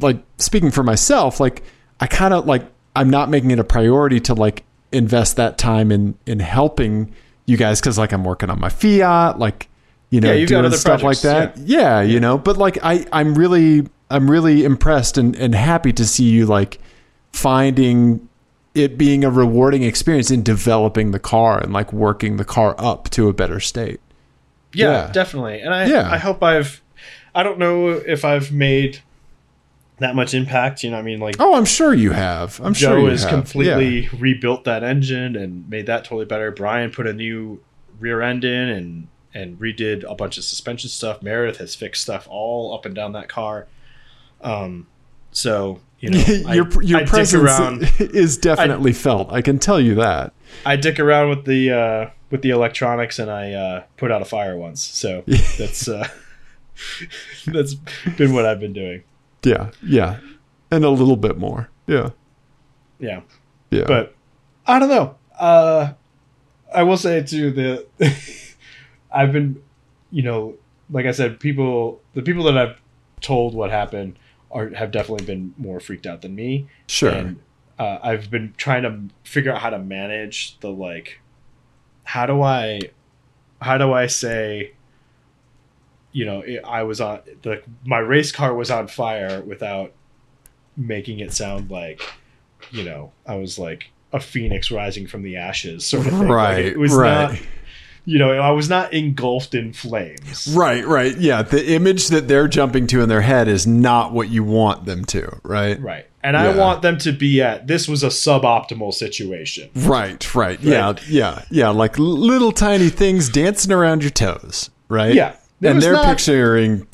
Speaker 1: like speaking for myself, like I kind of like I'm not making it a priority to like invest that time in in helping you guys cuz like I'm working on my Fiat, like you know,
Speaker 2: Yeah, you've got
Speaker 1: doing
Speaker 2: other
Speaker 1: stuff
Speaker 2: projects,
Speaker 1: like that. Yeah. you know, but like I I'm really I'm really impressed and and happy to see you like finding it being a rewarding experience in developing the car and like working the car up to a better state.
Speaker 2: yeah,
Speaker 1: Yeah.
Speaker 2: definitely and i
Speaker 1: Yeah.
Speaker 2: i hope i've i don't know if i've made that much impact you know what i mean like
Speaker 1: Oh, I'm sure you have. I'm
Speaker 2: joe
Speaker 1: sure you
Speaker 2: has
Speaker 1: have. Yeah.
Speaker 2: completely rebuilt that engine and made that totally better brian put a new rear end in and and redid a bunch of suspension stuff meredith has fixed stuff all up and down that car um so you know I-
Speaker 1: your your
Speaker 2: I dick
Speaker 1: presence
Speaker 2: around
Speaker 1: is definitely felt. I can tell you that.
Speaker 2: i dick around with the uh with the electronics and i uh put out a fire once so that's uh that's been what i've been doing
Speaker 1: Yeah, yeah, and a little bit more. Yeah,
Speaker 2: yeah
Speaker 1: yeah.
Speaker 2: but I don't know. uh, I will say too that I've been, you know, like I said, people, the people that I've told what happened are have definitely been more freaked out than me.
Speaker 1: Sure.
Speaker 2: And uh, I've been trying to figure out how to manage the like, how do I, how do I say, you know, it, I was on the my race car was on fire without making it sound like, you know, I was like a phoenix rising from the ashes sort of thing. Like,
Speaker 1: Right,
Speaker 2: it was
Speaker 1: right.
Speaker 2: not. You know, I was not engulfed in flames.
Speaker 1: Right, right. Yeah, the image that they're jumping to in their head is not what you want them to, right?
Speaker 2: Right. And I
Speaker 1: Yeah.
Speaker 2: want them to be at this was a suboptimal situation.
Speaker 1: Right, right. Yeah, yeah, yeah. Like little tiny things dancing around your toes, right?
Speaker 2: Yeah. It
Speaker 1: And
Speaker 2: was
Speaker 1: they're
Speaker 2: not-
Speaker 1: picturing,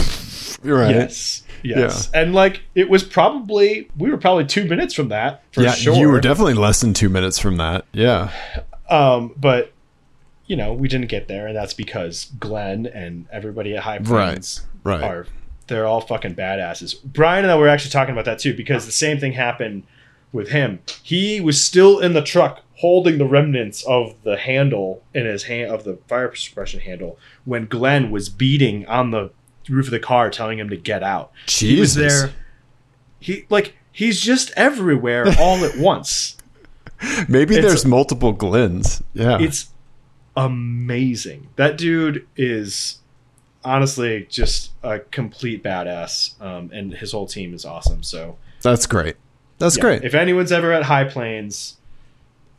Speaker 1: right?
Speaker 2: Yes. Yes. And like it was probably we were probably 2 minutes from that for
Speaker 1: yeah,
Speaker 2: sure.
Speaker 1: you were definitely less than two minutes from that. Yeah.
Speaker 2: um but you know, we didn't get there and that's because Glenn and everybody at High Plains
Speaker 1: Right, right.
Speaker 2: are they're all fucking badasses. Brian and I were actually talking about that too because the same thing happened with him. He was still in the truck holding the remnants of the handle in his hand of the fire suppression handle when Glenn was beating on the roof of the car telling him to get out.
Speaker 1: Jesus.
Speaker 2: He was there. He like he's just everywhere all at once.
Speaker 1: Maybe
Speaker 2: It's-
Speaker 1: there's multiple Glens. Yeah.
Speaker 2: It's amazing. That dude is honestly just a complete badass, um, and his whole team is awesome. So
Speaker 1: That's great. That's
Speaker 2: yeah,
Speaker 1: great.
Speaker 2: If anyone's ever at High Plains,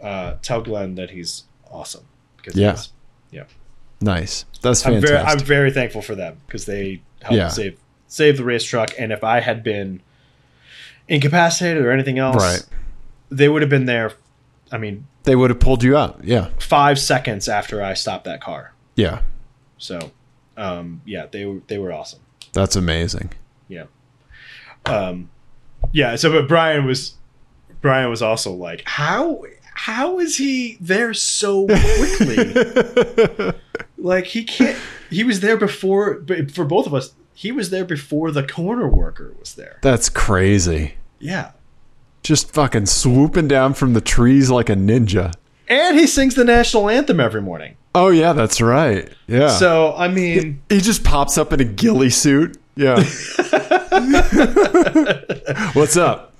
Speaker 2: uh, tell Glenn that he's awesome. Because
Speaker 1: Yeah.
Speaker 2: he is.
Speaker 1: nice. That's
Speaker 2: I'm
Speaker 1: fantastic.
Speaker 2: very I'm very thankful for them because they helped
Speaker 1: Yeah.
Speaker 2: save save the race truck. And if I had been incapacitated or anything else,
Speaker 1: Right.
Speaker 2: they would have been there. I mean,
Speaker 1: they would have pulled you out. Yeah.
Speaker 2: five seconds after I stopped that car.
Speaker 1: Yeah.
Speaker 2: So, um, yeah, they were they were awesome.
Speaker 1: That's amazing.
Speaker 2: Um, yeah. So, but Brian was Brian was also like, how how is he there so quickly? like he can't. He was there before but for both of us. He was there before the corner worker was there.
Speaker 1: That's crazy.
Speaker 2: Yeah.
Speaker 1: Just fucking swooping down from the trees like a ninja.
Speaker 2: And he sings the national anthem every morning.
Speaker 1: Oh yeah, that's right. Yeah.
Speaker 2: So I mean,
Speaker 1: he just pops up in a ghillie suit. Yeah. What's up?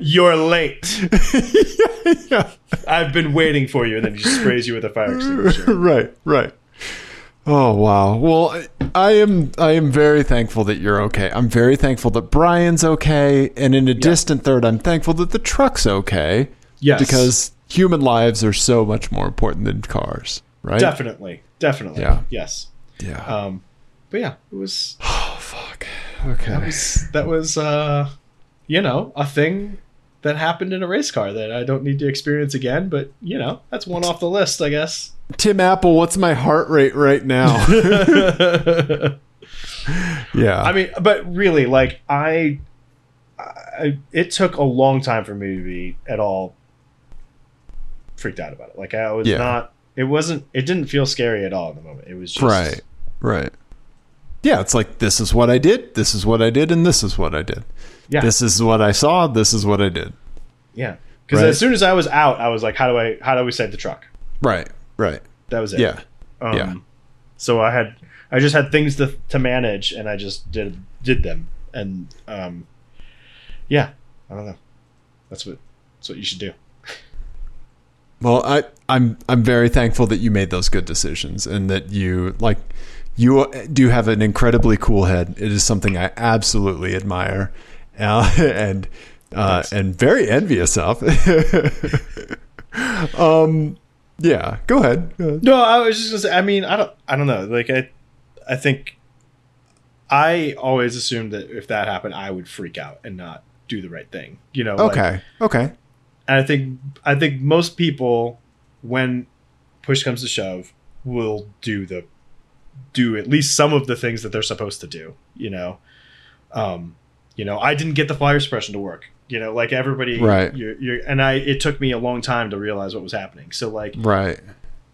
Speaker 2: you're late.
Speaker 1: Yeah.
Speaker 2: I've been waiting for you, and then he just sprays you with a fire extinguisher.
Speaker 1: right, right. Oh wow. Well, I, I am I am very thankful that you're okay. I'm very thankful that Brian's okay, and in a distant third, I'm thankful that the truck's okay
Speaker 2: Yes,
Speaker 1: because human lives are so much more important than cars, right?
Speaker 2: definitely, definitely,
Speaker 1: Yeah.
Speaker 2: yes.
Speaker 1: Yeah.
Speaker 2: Um, but yeah, it was
Speaker 1: oh fuck. Okay.
Speaker 2: that was uh, you know a thing that happened in a race car that I don't need to experience again. But you know that's one off the list, I guess.
Speaker 1: Tim Apple, what's my heart rate right now?
Speaker 2: I
Speaker 1: yeah.
Speaker 2: mean, but really, like I, I, it took a long time for me to be at all freaked out about it. Like I was
Speaker 1: Yeah.
Speaker 2: not. It wasn't. It didn't feel scary at all in the moment. It was just
Speaker 1: right. Right. Yeah, it's like this is what I did, this is what I did, and this is what I did.
Speaker 2: Yeah.
Speaker 1: This is what I saw, this is what I did.
Speaker 2: Yeah. Because
Speaker 1: Right.
Speaker 2: as soon as I was out, I was like, how do I? How do we save the truck?
Speaker 1: Right. Right.
Speaker 2: That was it.
Speaker 1: Yeah.
Speaker 2: Um,
Speaker 1: Yeah.
Speaker 2: So I had, I just had things to to manage, and I just did did them, and um, yeah, I don't know. That's what that's what you should do.
Speaker 1: Well, I I'm I'm very thankful that you made those good decisions and that you like you do have an incredibly cool head. It is something I absolutely admire, uh, and uh,
Speaker 2: Thanks.
Speaker 1: and very envious of. um, yeah, go ahead. Go ahead.
Speaker 2: No, I was just gonna say. I mean, I don't, I don't know. Like I, I think, I always assumed that if that happened, I would freak out and not do the right thing. You know. like,
Speaker 1: Okay. Okay.
Speaker 2: and I think I think most people, when push comes to shove, will do the do at least some of the things that they're supposed to do. You know, um, you know, I didn't get the fire suppression to work. You know, like everybody,
Speaker 1: Right.
Speaker 2: You're, you're, and I, it took me a long time to realize what was happening. So, like,
Speaker 1: Right.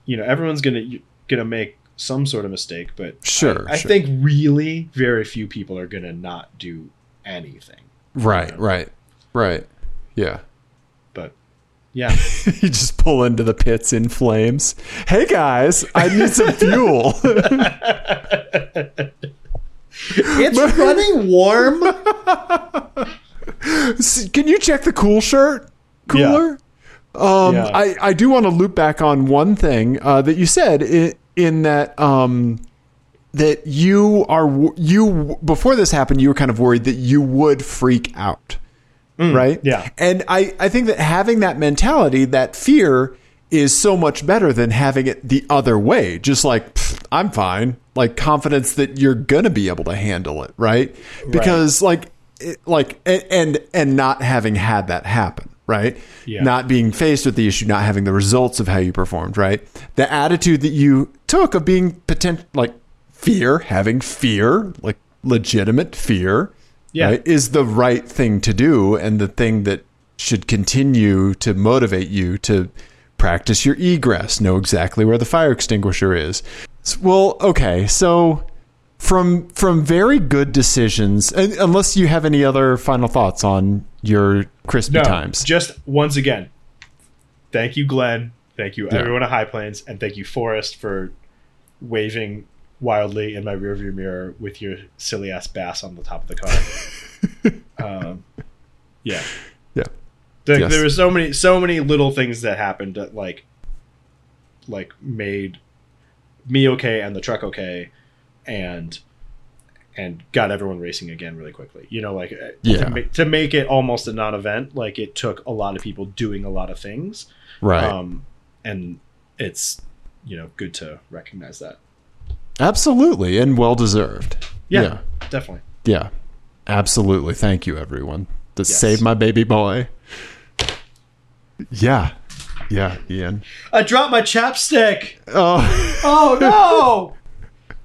Speaker 2: you know, everyone's gonna gonna make some sort of mistake, but
Speaker 1: Sure.
Speaker 2: I
Speaker 1: sure.
Speaker 2: think really very few people are gonna not do anything.
Speaker 1: Right. Right. Right. Yeah.
Speaker 2: But Yeah.
Speaker 1: you just pull into the pits in flames. Hey guys, I need some fuel.
Speaker 2: It's running warm.
Speaker 1: S- Can you check the cool shirt cooler? Um,
Speaker 2: Yeah.
Speaker 1: I, I do want to loop back on one thing uh, that you said in, in that um, that you are w- you before this happened you were kind of worried that you would freak out, right?
Speaker 2: Mm, yeah.
Speaker 1: and I I think that having that mentality that fear is so much better than having it the other way just like "Pfft, i'm fine like confidence that you're gonna be able to handle it right because like it, like a- and and not having had that happen right
Speaker 2: Yeah.
Speaker 1: not being faced with the issue not having the results of how you performed right the attitude that you took of being potential like fear having fear like legitimate fear
Speaker 2: Yeah.
Speaker 1: right, is the right thing to do and the thing that should continue to motivate you to practice your egress, know exactly where the fire extinguisher is. S- Well, okay, so from from very good decisions, un- unless you have any other final thoughts on your crispy
Speaker 2: No,
Speaker 1: times.
Speaker 2: Just once again, thank you, Glenn. Thank you, everyone at High Plains, and thank you, Forrest, for waving wildly in my rearview mirror with your silly ass bass on the top of the car. um, yeah,
Speaker 1: yeah.
Speaker 2: there,
Speaker 1: Yes.
Speaker 2: there were so many, so many little things that happened that like, like made me okay and the truck okay, and and got everyone racing again really quickly. You know, like uh,
Speaker 1: Yeah.
Speaker 2: to, ma- to make it almost a non-event, like it took a lot of people doing a lot of things,
Speaker 1: Right.
Speaker 2: um, and it's you know good to recognize that.
Speaker 1: Absolutely and well deserved.
Speaker 2: Yeah,
Speaker 1: Yeah.
Speaker 2: definitely.
Speaker 1: Yeah. Absolutely. Thank you everyone. That
Speaker 2: Yes.
Speaker 1: saved my baby boy. Yeah. Yeah, Ian.
Speaker 2: I dropped my chapstick.
Speaker 1: Oh,
Speaker 2: Oh no!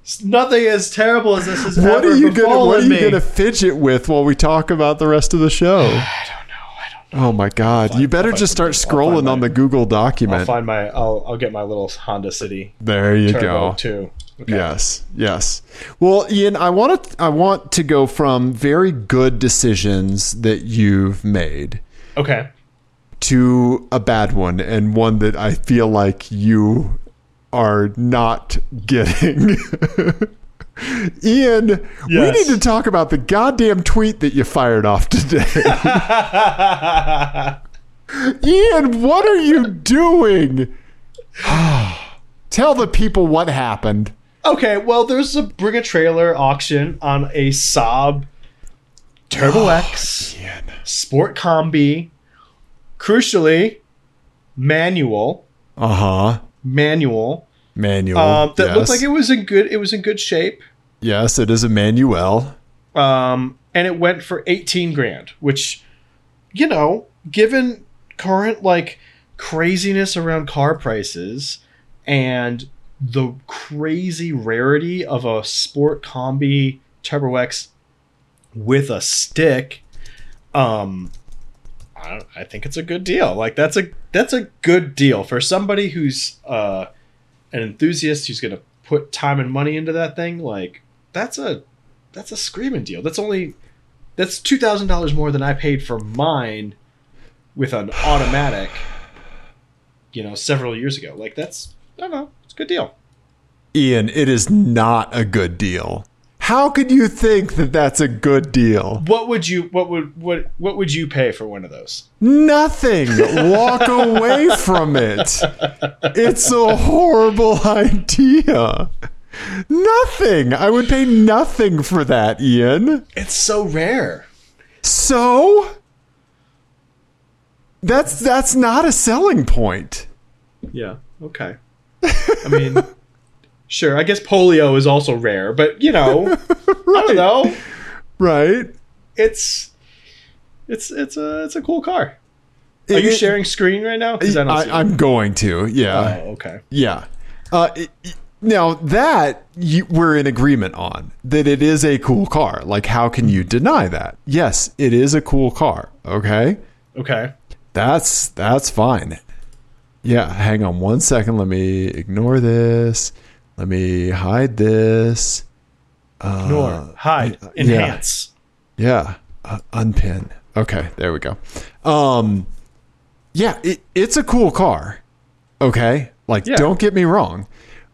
Speaker 2: S- Nothing as terrible as this has
Speaker 1: what
Speaker 2: ever
Speaker 1: are you gonna
Speaker 2: befallen
Speaker 1: what are you
Speaker 2: me.
Speaker 1: gonna fidget with while we talk about the rest of the show?
Speaker 2: I don't know. I don't
Speaker 1: Oh my god. you better
Speaker 2: find
Speaker 1: just start
Speaker 2: something. I'll find
Speaker 1: scrolling on
Speaker 2: my-
Speaker 1: the Google
Speaker 2: know. I'll
Speaker 1: document.
Speaker 2: find my. I'll. I'll get my little Honda City
Speaker 1: There you
Speaker 2: Turbo
Speaker 1: go.
Speaker 2: too. Okay.
Speaker 1: Yes. Yes. Well, Ian, I want to I want to go from very good decisions that you've made
Speaker 2: Okay.
Speaker 1: to a bad one and one that I feel like you are not getting. Ian,
Speaker 2: Yes.
Speaker 1: we need to talk about the goddamn tweet that you fired off today. Ian, what are you doing? Tell the people what happened.
Speaker 2: Okay. Well, there's a bring a trailer auction on a Saab Turbo X
Speaker 1: Ian.
Speaker 2: Sport Combi. Crucially, manual,
Speaker 1: Uh huh.
Speaker 2: manual.
Speaker 1: Manual.
Speaker 2: Uh-huh. Um, that
Speaker 1: yes.
Speaker 2: looked like it was in good. It was in good shape.
Speaker 1: Yes, it is a manual.
Speaker 2: um, and it went for 18 grand which you know given current like craziness around car prices and the crazy rarity of a sport combi turbo x with a stick um I, don't, I think it's a good deal like that's a that's a good deal for somebody who's uh an enthusiast who's gonna put time and money into that thing like that's a that's a screaming deal. That's only that's two thousand dollars more than I paid for mine with an automatic. You know, several years ago. Like that's I don't know. It's a good deal.
Speaker 1: Ian, it is not a good deal. How could you think that that's a good deal?
Speaker 2: What would you what would what what would you pay for one of those?
Speaker 1: Nothing. Walk away from it. It's a horrible idea. Nothing. I would pay nothing for that, Ian.
Speaker 2: It's so rare.
Speaker 1: So that's that's not a selling point.
Speaker 2: Yeah. Okay. I mean, sure. I guess polio is also rare, but you know, I don't know.
Speaker 1: Right?
Speaker 2: It's it's it's a it's a cool car. Are you
Speaker 1: It-
Speaker 2: sharing screen right now? 'Cause I don't see it.
Speaker 1: I, I'm going to. Yeah.
Speaker 2: oh, okay.
Speaker 1: Yeah. Uh, it- it- now that you, we're in agreement on that it is a cool car. Like, how can you deny that? Yes, it is a cool car. Okay,
Speaker 2: Okay.
Speaker 1: that's that's fine. Yeah, hang on one second. Let me ignore this. Let me hide this.
Speaker 2: Ignore,
Speaker 1: Uh,
Speaker 2: hide, enhance.
Speaker 1: Yeah, uh, unpin. Okay, there we go. Um, yeah, it, it's a cool car. Okay? Like
Speaker 2: Yeah.
Speaker 1: don't get me wrong.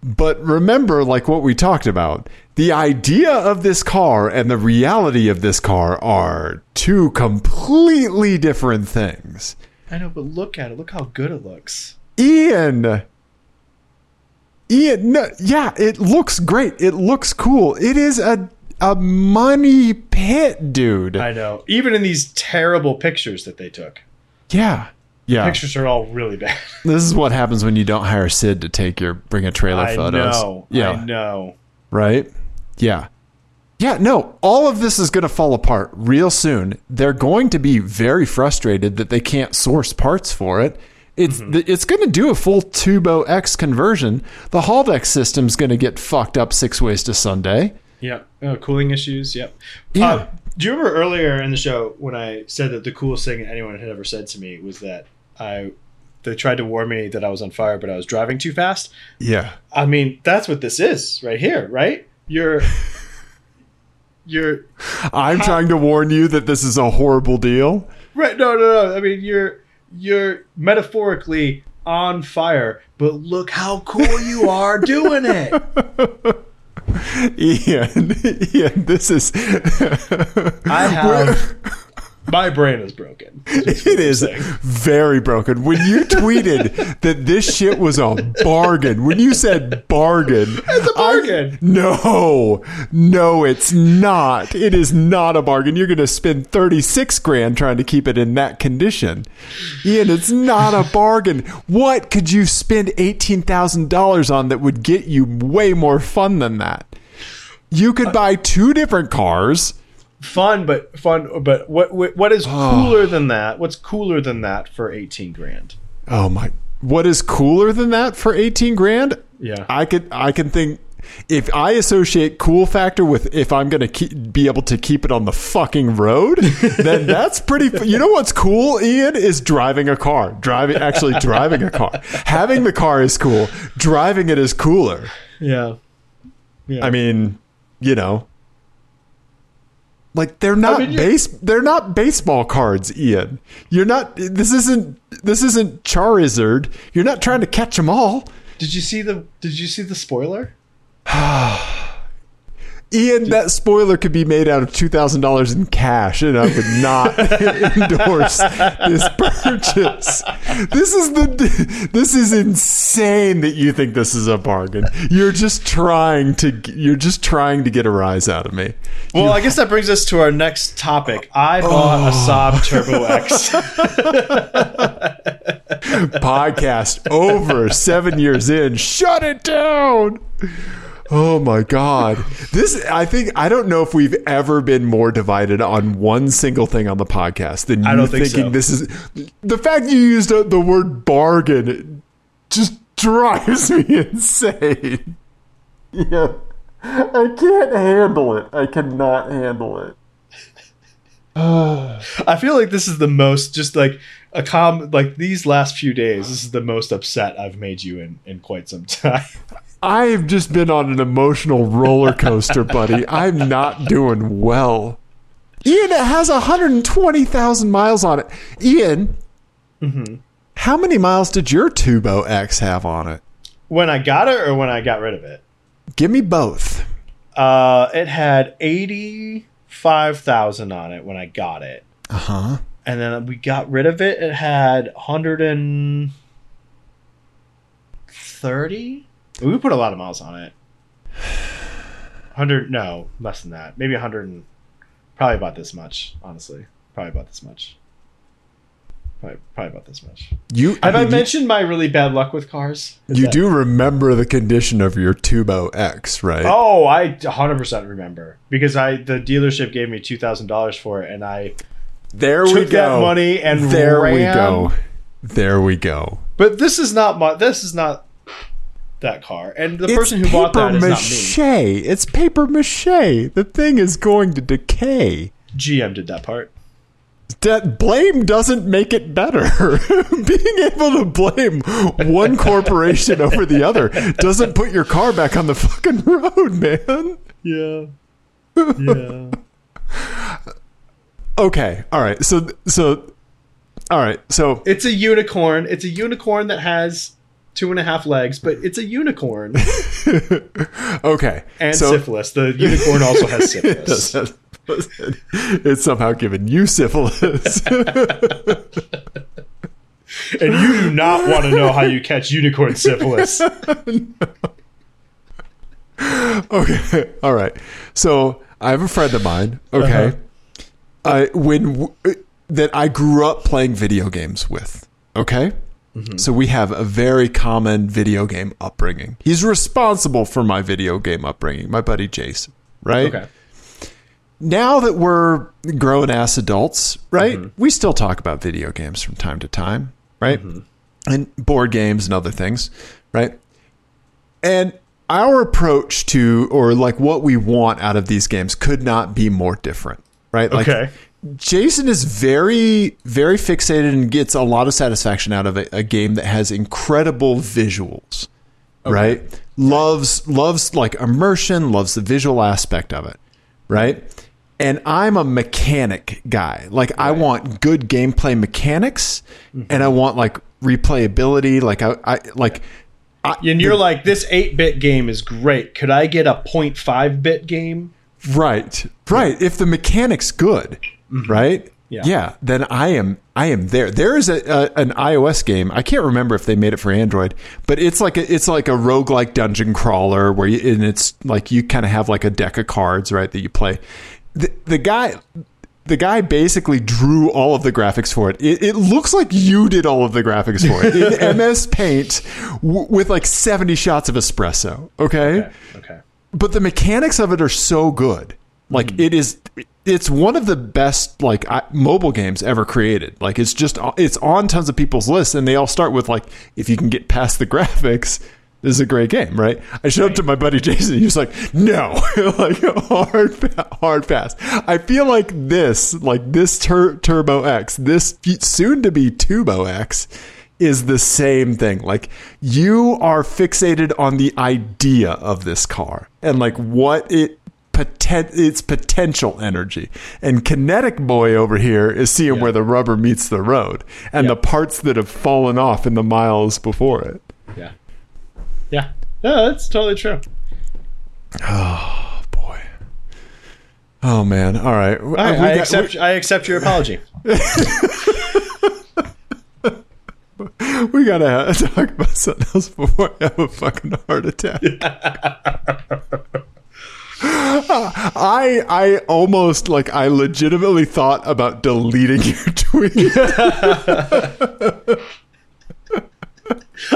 Speaker 1: But remember like what we talked about. The idea of this car and the reality of this car are two completely different things.
Speaker 2: I know, but look at it. Look how good it looks.
Speaker 1: Ian. Ian, no, yeah, it looks great. It looks cool. It is a a money pit, dude.
Speaker 2: I know. Even in these terrible pictures that they took,
Speaker 1: yeah. Yeah.
Speaker 2: pictures are all really bad.
Speaker 1: This is what happens when you don't hire Sid to take your bring a trailer
Speaker 2: I
Speaker 1: photos.
Speaker 2: know.
Speaker 1: Yeah.
Speaker 2: I know.
Speaker 1: Right? Yeah. Yeah, no, all of this is going to fall apart real soon. They're going to be very frustrated that they can't source parts for it. It's
Speaker 2: Mm-hmm.
Speaker 1: th- it's going to do a full Tubo X conversion. The Haldex system's going to get fucked up six ways to Sunday.
Speaker 2: Yeah. Oh, cooling issues. Yep.
Speaker 1: Yeah.
Speaker 2: Uh, do you remember earlier in the show when I said that the coolest thing anyone had ever said to me was that I they tried to warn me that I was on fire, but I was driving too fast?
Speaker 1: Yeah.
Speaker 2: I mean, that's what this is right here, right? You're you're
Speaker 1: I'm trying to warn you that this is a horrible deal.
Speaker 2: Right? No, no, no. I mean, you're you're metaphorically on fire, but look how cool you are doing it.
Speaker 1: Ian, Ian, this is
Speaker 2: I have. My brain is broken.
Speaker 1: It is very broken. When you tweeted that this shit was a bargain, when you said bargain, it's
Speaker 2: a bargain.
Speaker 1: no, no, it's not. It is not a bargain. You're going to spend thirty six grand trying to keep it in that condition, Ian. It's not a bargain. What could you spend eighteen thousand dollars on that would get you way more fun than that? You
Speaker 2: Uh,
Speaker 1: could buy two different cars.
Speaker 2: Fun, but fun, but what what, what is cooler than that? What's cooler than that for eighteen grand?
Speaker 1: Oh my! What is cooler than that for eighteen grand?
Speaker 2: Yeah.
Speaker 1: I could I can think if I associate cool factor with if I'm gonna keep, be able to keep it on the fucking road, then that's pretty. f- You know what's cool, Ian, is driving a car. Driving actually driving a car. Having the car is cool. Driving it is cooler.
Speaker 2: yeah.
Speaker 1: I mean, you know, like they're not
Speaker 2: mean, you-
Speaker 1: base they're not baseball cards, Ian. You're not. This isn't this isn't Charizard. You're not trying to catch them all.
Speaker 2: Did you see the Did you see the spoiler?
Speaker 1: Ian, that spoiler could be made out of two thousand dollars in cash, and I would not endorse this purchase. This is the this is insane that you think this is a bargain. You're just trying to you're just trying to get a rise out of me.
Speaker 2: Well, I guess that brings us to our next topic. I bought a Saab Turbo X.
Speaker 1: Podcast over seven years in. Shut it down. Oh my god. This I think I don't know if we've ever been more divided on one single thing on the podcast than you
Speaker 2: don't think
Speaker 1: thinking
Speaker 2: so.
Speaker 1: this is the fact you used uh, the word bargain just drives me insane. Yeah. I can't handle it. I cannot handle it.
Speaker 2: I feel like this is the most just like a com like these last few days. This is the most upset I've made you in in quite some time.
Speaker 1: I've just been on an emotional roller coaster, buddy. I'm not doing well. Ian, it has 120,000 miles on it. Ian,
Speaker 2: Mm-hmm.
Speaker 1: how many miles did your Tubo X have on it?
Speaker 2: when I got it or when I got rid of it,
Speaker 1: Give me both.
Speaker 2: uh, it had eighty five thousand on it when I got it,
Speaker 1: Uh huh.
Speaker 2: and then we got rid of it. It had hundred and thirty. We put a lot of miles on it. Hundred? No, less than that. Maybe hundred and probably about this much. Honestly, probably about this much. Probably, probably about this much.
Speaker 1: You
Speaker 2: Have I
Speaker 1: mean, you-
Speaker 2: mentioned my really bad luck with cars? Is
Speaker 1: You
Speaker 2: that-
Speaker 1: do remember the condition of your Tubo X, right?
Speaker 2: Oh, I 100% remember because I the dealership gave me $2,000 for it and I
Speaker 1: there
Speaker 2: took
Speaker 1: we go.
Speaker 2: that money and
Speaker 1: there we
Speaker 2: ran.
Speaker 1: go. There we go.
Speaker 2: But this is not my this is not that car. And the person who
Speaker 1: it's
Speaker 2: bought
Speaker 1: paper
Speaker 2: that is
Speaker 1: mache.
Speaker 2: not me.
Speaker 1: It's paper mache. The thing is going to decay.
Speaker 2: GM did that part.
Speaker 1: that blame doesn't make it better. Being able to blame one corporation over the other doesn't put your car back on the fucking road, man.
Speaker 2: Yeah. Yeah.
Speaker 1: Okay, all right. So so All right. So
Speaker 2: It's a unicorn. It's a unicorn that has two and a half legs, but it's a unicorn
Speaker 1: okay.
Speaker 2: and
Speaker 1: so
Speaker 2: syphilis. The unicorn also has
Speaker 1: It does
Speaker 2: syphilis.
Speaker 1: have- it's somehow given you syphilis.
Speaker 2: and you do not want to know how you catch unicorn syphilis.
Speaker 1: okay. All right. So I have a friend of mine. Okay. I when w- uh, that I grew up playing video games with. Okay. So we have a very common video game upbringing. He's responsible for my video game upbringing. My buddy Jason. Right.
Speaker 2: Okay.
Speaker 1: now that we're grown ass adults, right? We still talk about video games from time to time, right? And board games and other things, right? And our approach to or like what we want out of these games could not be more different, right? Like
Speaker 2: Okay.
Speaker 1: Jason is very, very fixated and gets a lot of satisfaction out of a, a game that has incredible visuals, right? Loves, loves like immersion, loves the visual aspect of it, right? And I'm a mechanic guy. Like I want good gameplay mechanics, and I want like replayability. Like I, I like
Speaker 2: And you're like, this 8 bit game is great. Could I get a 0.5 bit game?
Speaker 1: Right. Right. If the mechanic's good, right?
Speaker 2: Yeah.
Speaker 1: Then I am I am there. There is a, a an iOS game. I can't remember if they made it for Android, but it's like a, it's like a roguelike dungeon crawler where you and it's like you kind of have like a deck of cards, right, that you play. The, the guy the guy basically drew all of the graphics for it. It, it looks like you did all of the graphics for it in MS Paint w- with like 70 shots of espresso, okay?
Speaker 2: Okay.
Speaker 1: but the mechanics of it are so good. Like it is, it's one of the best like I, mobile games ever created. Like it's just it's on tons of people's lists, and they all start with like, if you can get past the graphics, this is a great game, right? I showed up to my buddy Jason. He was like, no, like hard, pa- hard pass. I feel like this, like this tur- Turbo X, this soon to be Tubo X, is the same thing. Like you are fixated on the idea of this car and like what it poten- its potential energy. And kinetic boy over here is seeing where the rubber meets the road and the parts that have fallen off in the miles before it.
Speaker 2: Yeah. Yeah. Yeah, that's totally true.
Speaker 1: Oh boy. Oh man. All right.
Speaker 2: I,
Speaker 1: We
Speaker 2: I
Speaker 1: got-
Speaker 2: accept. I accept your apology.
Speaker 1: we, we gotta ha- talk about something else before I have a fucking heart attack. I I almost like I legitimately thought about deleting your tweet.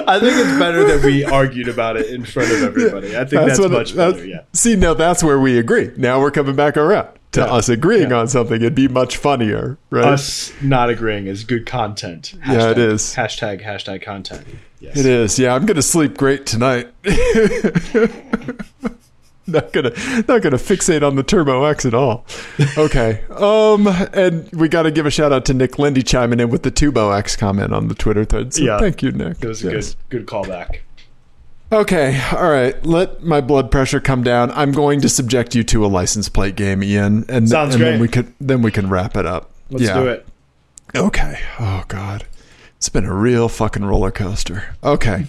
Speaker 2: I think it's better that we argued about it in front of everybody. I think that's,
Speaker 1: what-
Speaker 2: much
Speaker 1: that's-
Speaker 2: better. Yeah.
Speaker 1: See, now that's where we agree. Now we're coming back around to
Speaker 2: Yeah.
Speaker 1: us agreeing
Speaker 2: Yeah.
Speaker 1: on something. It'd be much funnier, right?
Speaker 2: Us not agreeing is good content. Hashtag,
Speaker 1: Yeah, it is.
Speaker 2: Hashtag hashtag content. Yes.
Speaker 1: It is. Yeah, I'm gonna sleep great tonight. not gonna not gonna fixate on the Turbo X at all. Okay. Um, and we got to give a shout out to Nick Lindy chiming in with the Tubo X comment on the Twitter thread. So
Speaker 2: Yeah.
Speaker 1: thank you, Nick.
Speaker 2: It was a good good callback.
Speaker 1: Okay, all right. Let my blood pressure come down. I'm going to subject you to a license plate game, Ian, and,
Speaker 2: Sounds
Speaker 1: and
Speaker 2: great.
Speaker 1: then we could then we can wrap it up.
Speaker 2: Let's
Speaker 1: Yeah.
Speaker 2: do it.
Speaker 1: Okay. Oh God, it's been a real fucking roller coaster. Okay,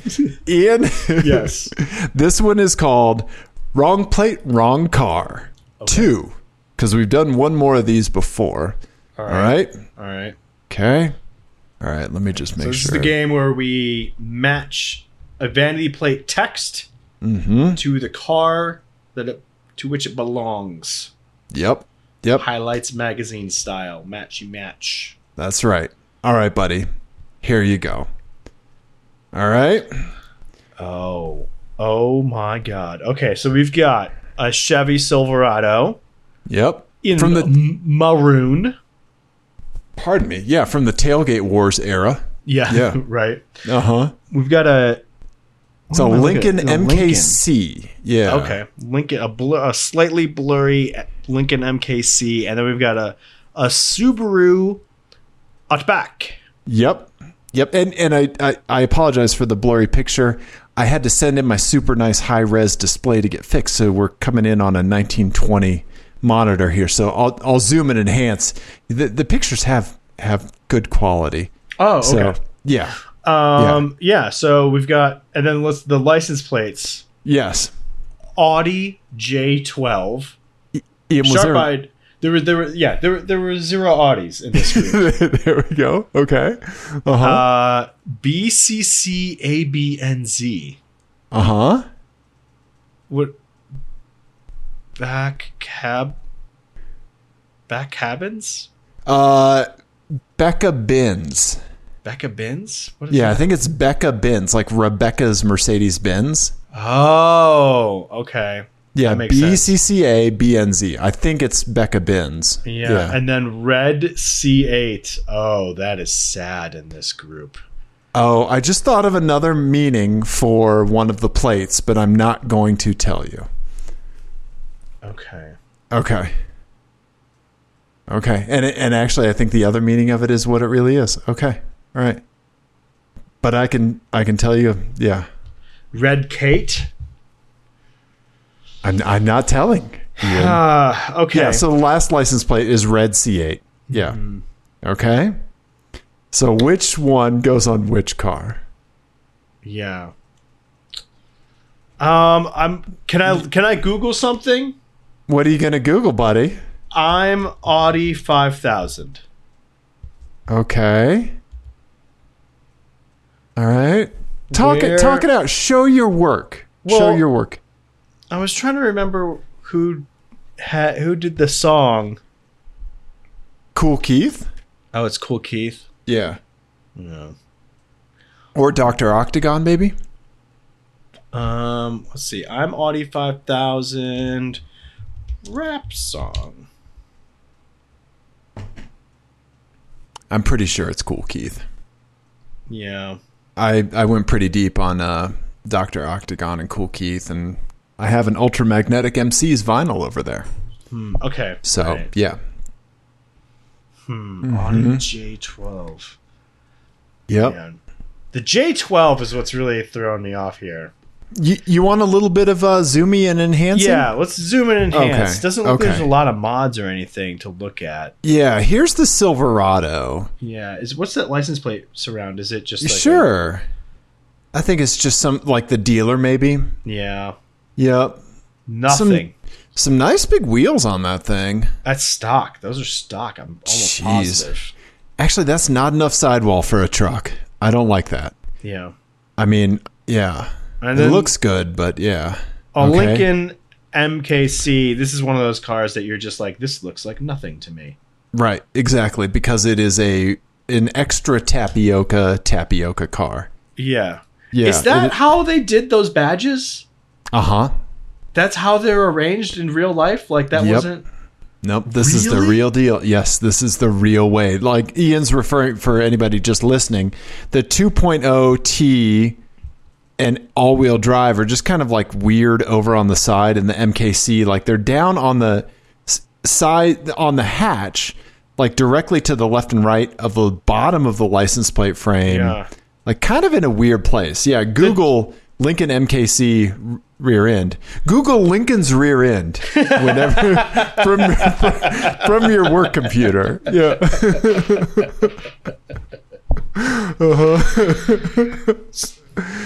Speaker 1: Ian.
Speaker 2: Yes.
Speaker 1: this one is called "Wrong Plate, Wrong Car" two, because we've done one more of these before.
Speaker 2: All
Speaker 1: All
Speaker 2: right.
Speaker 1: right.
Speaker 2: All right.
Speaker 1: Okay. All right. Let me just make
Speaker 2: So this
Speaker 1: sure.
Speaker 2: is the game where we match a vanity plate text
Speaker 1: Mm-hmm.
Speaker 2: to the car that it, to which it belongs.
Speaker 1: Yep. Yep.
Speaker 2: Highlights magazine style. Matchy match.
Speaker 1: That's right. All right, buddy. Here you go. All right.
Speaker 2: Oh. Oh my god. Okay, so we've got a Chevy Silverado
Speaker 1: Yep.
Speaker 2: in
Speaker 1: From the-
Speaker 2: m- maroon.
Speaker 1: Pardon me. Yeah, from the tailgate wars era.
Speaker 2: Yeah.
Speaker 1: Yeah.
Speaker 2: right.
Speaker 1: Uh huh.
Speaker 2: We've got a
Speaker 1: It's a
Speaker 2: Uh-huh. am I
Speaker 1: Lincoln
Speaker 2: looking at? A
Speaker 1: MKC. Yeah.
Speaker 2: okay, Lincoln a, blur, a slightly blurry Lincoln MKC and then we've got a a Subaru Outback.
Speaker 1: Yep. Yep. And and I, I I apologize for the blurry picture. I had to send in my super nice high res display to get fixed, so we're coming in on a 1920 monitor here. So I'll I'll zoom and enhance. The the pictures have have good quality.
Speaker 2: Oh,
Speaker 1: So
Speaker 2: okay.
Speaker 1: yeah,
Speaker 2: Um, yeah. So we've got, and then let's the license plates:
Speaker 1: yes.
Speaker 2: Audi J12,
Speaker 1: Ian, was there-
Speaker 2: sharp-eyed. There were, there were, yeah, there were, there were zero Audis in this group.
Speaker 1: there we go. Okay. Uh huh.
Speaker 2: uh, BCCABNZ.
Speaker 1: Uh huh.
Speaker 2: What? Back cab. Back cabins.
Speaker 1: Uh, Becca Bins.
Speaker 2: Becca bins. What is
Speaker 1: Yeah, I
Speaker 2: That?
Speaker 1: think it's Becca Bins, like Rebecca's Mercedes Benz.
Speaker 2: Oh, okay.
Speaker 1: Yeah,
Speaker 2: That makes
Speaker 1: B
Speaker 2: sense.
Speaker 1: C C A B N Z. I think it's Becca Bins.
Speaker 2: Yeah. and then red C8. Oh, that is sad in this group.
Speaker 1: oh, I just thought of another meaning for one of the plates, but I'm not going to tell you.
Speaker 2: Okay.
Speaker 1: Okay. Okay. And it, and actually I think the other meaning of it is what it really is. Okay. All right. But I can I can tell you, yeah.
Speaker 2: Red Kate.
Speaker 1: I'm I'm not telling. Ian.
Speaker 2: Ah, okay.
Speaker 1: Um, Yeah, so the last license plate is red C8. Yeah.
Speaker 2: Hmm.
Speaker 1: Okay. So which one goes on which car?
Speaker 2: yeah. Um, I'm. Can I can I Google something?
Speaker 1: What are you going to Google, buddy?
Speaker 2: I'm Audi 5000.
Speaker 1: Okay. All right. Talk
Speaker 2: Where-
Speaker 1: it talk it out. Show your work. Show
Speaker 2: Well-
Speaker 1: your work.
Speaker 2: I was trying to remember who had who did the song.
Speaker 1: Cool Keith?
Speaker 2: Oh, it's Cool Keith.
Speaker 1: Yeah.
Speaker 2: No.
Speaker 1: Or Dr. Octagon maybe?
Speaker 2: Um, let's see. I'm Audi 5000 rap song.
Speaker 1: I'm pretty sure it's Cool Keith.
Speaker 2: Yeah.
Speaker 1: I, I went pretty deep on uh, Dr. Octagon and Cool Keith, and I have an Ultramagnetic MC's vinyl over there.
Speaker 2: Hmm, Okay.
Speaker 1: So,
Speaker 2: Right.
Speaker 1: yeah.
Speaker 2: Hmm, Audi J12.
Speaker 1: Mm-hmm. Yep.
Speaker 2: Man. The J12 is what's really throwing me off here.
Speaker 1: You, you want a little bit of uh, zoomy and enhancing?
Speaker 2: Yeah, let's zoom in and enhance.
Speaker 1: Okay,
Speaker 2: Doesn't look like there's a
Speaker 1: okay.
Speaker 2: lot of mods or anything to look at.
Speaker 1: Yeah, here's the Silverado.
Speaker 2: Yeah, is what's that license plate surround? Is it just like a-
Speaker 1: sure. I think it's just some, like the dealer, maybe.
Speaker 2: yeah,
Speaker 1: Yep.
Speaker 2: nothing.
Speaker 1: Some nice big wheels on that thing.
Speaker 2: That's stock. Those are stock. I'm almost
Speaker 1: Jeez.
Speaker 2: positive.
Speaker 1: Actually, that's not enough sidewall for a truck. I don't like that.
Speaker 2: Yeah,
Speaker 1: I mean, yeah.
Speaker 2: and
Speaker 1: it
Speaker 2: then
Speaker 1: looks good, but yeah.
Speaker 2: a
Speaker 1: okay.
Speaker 2: Lincoln MKC. This is one of those cars that you're just like, this looks like nothing to me.
Speaker 1: Right, exactly, because it is a an extra tapioca tapioca car.
Speaker 2: Yeah,
Speaker 1: Yeah.
Speaker 2: is that how they did those badges?
Speaker 1: Uh huh.
Speaker 2: That's how they're arranged in real life. Like that
Speaker 1: Yep.
Speaker 2: wasn't.
Speaker 1: Nope. This is the
Speaker 2: Really?
Speaker 1: real deal. Yes, this is the real way. Like Ian's referring for anybody just listening, the 2.0 T and all wheel drive are just kind of like weird over on the side, and the MKC like they're down on the s- side on the hatch, like directly to the left and right of the bottom of the license plate frame.
Speaker 2: Yeah.
Speaker 1: like kind of in a weird place. Yeah, Google Lincoln MKC r- rear end. Google Lincoln's rear end whenever from from your work computer. Yeah.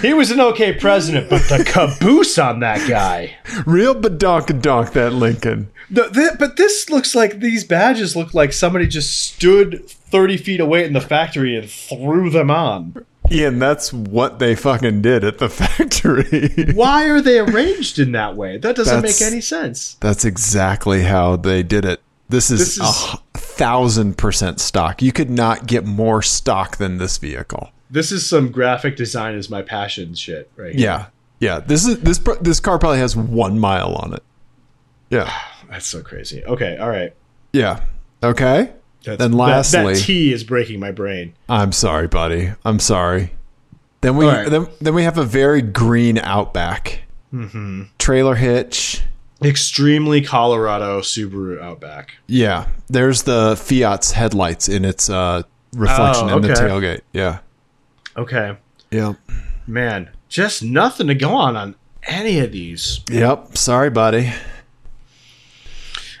Speaker 2: He was an okay president, but the caboose on that guy.
Speaker 1: Real badonk donk that Lincoln.
Speaker 2: The, the, but this looks like these badges look like somebody just stood 30 feet away in the factory and threw them on.
Speaker 1: Ian, that's what they fucking did at the factory.
Speaker 2: Why are they arranged in that way? That doesn't
Speaker 1: That's-
Speaker 2: make any sense.
Speaker 1: That's exactly how they did it. This is,
Speaker 2: This is-
Speaker 1: a h- thousand percent stock. You could not get more stock than this vehicle.
Speaker 2: This is some graphic design is my passion shit right here.
Speaker 1: Yeah, yeah. This is this pr- this car probably has one mile on it. Yeah,
Speaker 2: That's so crazy. Okay, all right.
Speaker 1: yeah. Okay.
Speaker 2: That's,
Speaker 1: Then
Speaker 2: that-
Speaker 1: lastly-
Speaker 2: that, T is breaking my brain.
Speaker 1: I'm sorry, buddy. I'm sorry. Then we
Speaker 2: All right.
Speaker 1: then, then we have a very green Outback
Speaker 2: Mm-hmm.
Speaker 1: trailer hitch.
Speaker 2: Extremely Colorado Subaru Outback.
Speaker 1: Yeah, there's the Fiat's headlights in its uh, reflection
Speaker 2: Oh,
Speaker 1: in the
Speaker 2: okay.
Speaker 1: tailgate. Yeah,
Speaker 2: Okay,
Speaker 1: yeah,
Speaker 2: man, just nothing to go on on any of these.
Speaker 1: yep. Sorry, buddy.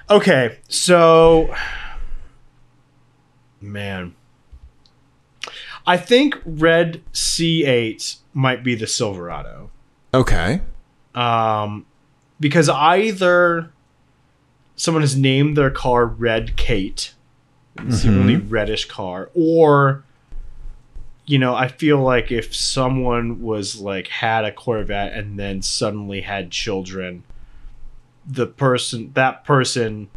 Speaker 2: Okay, so man, I think red C8 might be the Silverado.
Speaker 1: Okay.
Speaker 2: Um, because either someone has named their car Red Kate, it's the only
Speaker 1: Mm-hmm.
Speaker 2: reddish car, or you know, I feel like if someone was like had a Corvette and then suddenly had children, the person that person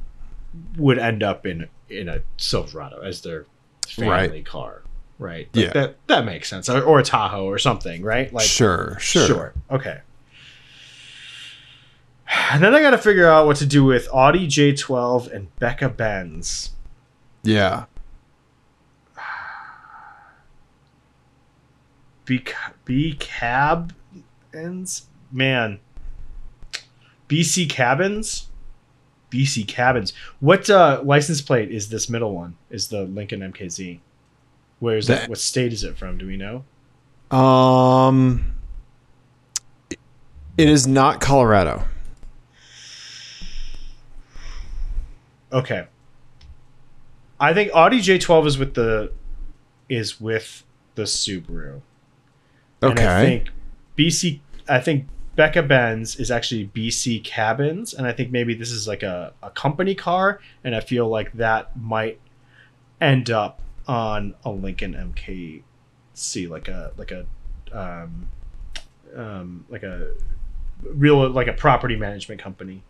Speaker 2: would end up in in a Silverado as their
Speaker 1: Right.
Speaker 2: family car, right?
Speaker 1: Yeah.
Speaker 2: that that makes sense, or, or a Tahoe or something, right? Like
Speaker 1: sure. Sure.
Speaker 2: Okay. And then I got to figure out what to do with Audi J12 and Becca Benz.
Speaker 1: Yeah.
Speaker 2: B B cab ends man. BC cabins, BC cabins. What uh, license plate is this middle one? Is the Lincoln MKZ? Where is
Speaker 1: That-
Speaker 2: that? What state is it from? Do we know?
Speaker 1: Um. It is not Colorado.
Speaker 2: Okay. I think Audi J12 is with the is with the Subaru. And
Speaker 1: Okay.
Speaker 2: I think BC. I think Becca Benz is actually BC Cabins, and I think maybe this is like a, a company car, and I feel like that might end up on a Lincoln MKC, like a like a um, um, like a real like a property management company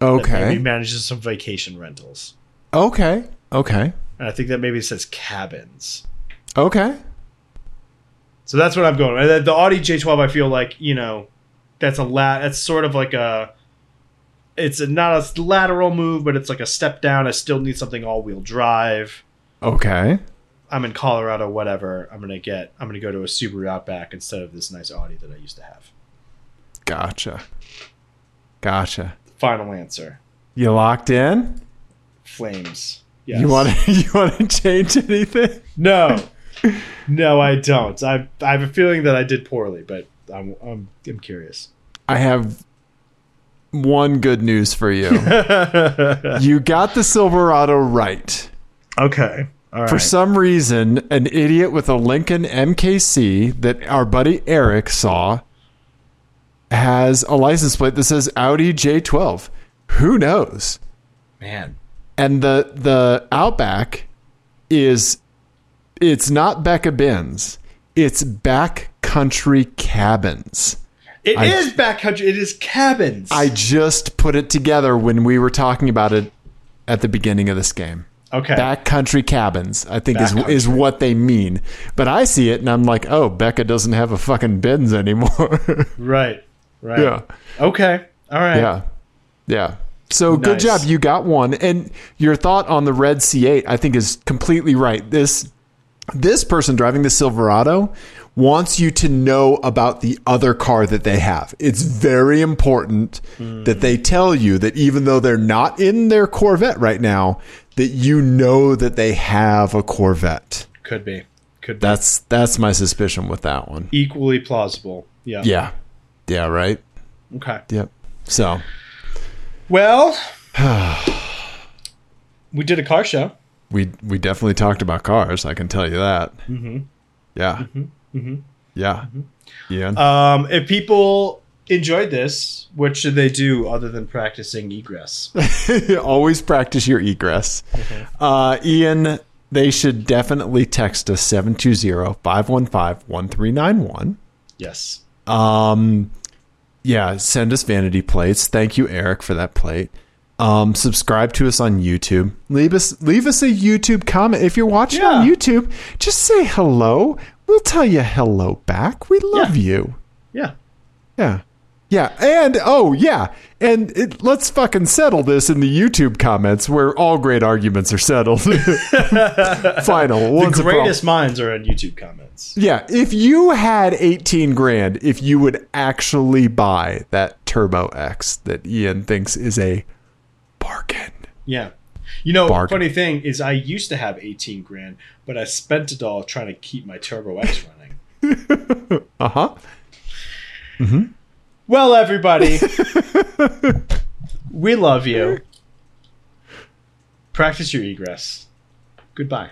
Speaker 2: that maybe
Speaker 1: okay.
Speaker 2: manages some vacation rentals,
Speaker 1: Okay. Okay.
Speaker 2: and I think that maybe it says cabins.
Speaker 1: Okay.
Speaker 2: So that's what I'm going. with. The- The Audi J12, I feel like you know, that's a la- That's sort of like a. It's a, not a lateral move, but it's like a step down. I still need something all wheel drive.
Speaker 1: Okay.
Speaker 2: I'm in Colorado, whatever. I'm gonna get. I'm gonna go to a Subaru Outback instead of this nice Audi that I used to have.
Speaker 1: Gotcha. Gotcha.
Speaker 2: Final answer:
Speaker 1: You locked in?
Speaker 2: flames. Yes.
Speaker 1: You want to you want to change anything?
Speaker 2: No, no, I don't. I I have a feeling that I did poorly, but I'm I'm, I'm curious.
Speaker 1: I have one good news for you.
Speaker 2: okay.
Speaker 1: you got the Silverado right.
Speaker 2: All right.
Speaker 1: For some reason, an idiot with a Lincoln MKC that our buddy Eric saw has a license plate that says Audi J12. Who knows?
Speaker 2: Man.
Speaker 1: And the the Outback is it's not Becca Benz. It's backcountry cabins.
Speaker 2: It is backcountry. It is cabins.
Speaker 1: I just put it together when we were talking about it at the beginning of this game.
Speaker 2: okay.
Speaker 1: Backcountry cabins, I think, is is
Speaker 2: Backcountry.
Speaker 1: what they mean. But I see it and I'm like, oh, Becca doesn't have a fucking Benz anymore.
Speaker 2: right. Right.
Speaker 1: yeah,
Speaker 2: Okay. All right.
Speaker 1: yeah, yeah. So good
Speaker 2: Nice.
Speaker 1: job, you got one. And your thought on the red C8, I think, is completely right. This this person driving the Silverado wants you to know about the other car that they have. It's very important that they tell you that even though they're not in their Corvette right now, that you know that they have a Corvette.
Speaker 2: Could be. Could be.
Speaker 1: That's that's my suspicion with that one.
Speaker 2: equally plausible. Yeah.
Speaker 1: Yeah. Yeah, right?
Speaker 2: Okay.
Speaker 1: Yep. So,
Speaker 2: Well, we did a car show.
Speaker 1: we we definitely talked about cars, I can tell you that. Mhm.
Speaker 2: Mm-hmm.
Speaker 1: Yeah. Mhm. Yeah. Yeah.
Speaker 2: Um, if people enjoyed this, what should they do other than practicing egress?
Speaker 1: always practice your egress.
Speaker 2: Mm-hmm.
Speaker 1: Uh, Ian, they should definitely text us 720-515-1391.
Speaker 2: yes.
Speaker 1: Um, yeah, send us vanity plates. Thank you, Eric, for that plate. Um, subscribe to us on YouTube. Leave us leave us a YouTube comment. If you're watching on
Speaker 2: Yeah.
Speaker 1: YouTube, just say hello. We'll tell you hello back. We love
Speaker 2: Yeah.
Speaker 1: you.
Speaker 2: Yeah.
Speaker 1: Yeah. Yeah. And oh, yeah. And it, let's fucking settle this in the YouTube comments where all great arguments are settled. Final.
Speaker 2: The
Speaker 1: Once and for all.
Speaker 2: greatest minds are in YouTube comments.
Speaker 1: Yeah. If you had 18 grand, if you would actually buy that Turbo X that Ian thinks is a bargain.
Speaker 2: Yeah. You know,
Speaker 1: Bargain.
Speaker 2: funny thing is, I used to have 18 grand, but I spent it all trying to keep my Turbo X running.
Speaker 1: Uh huh.
Speaker 2: Well, everybody, we love you. Practice your egress. Goodbye.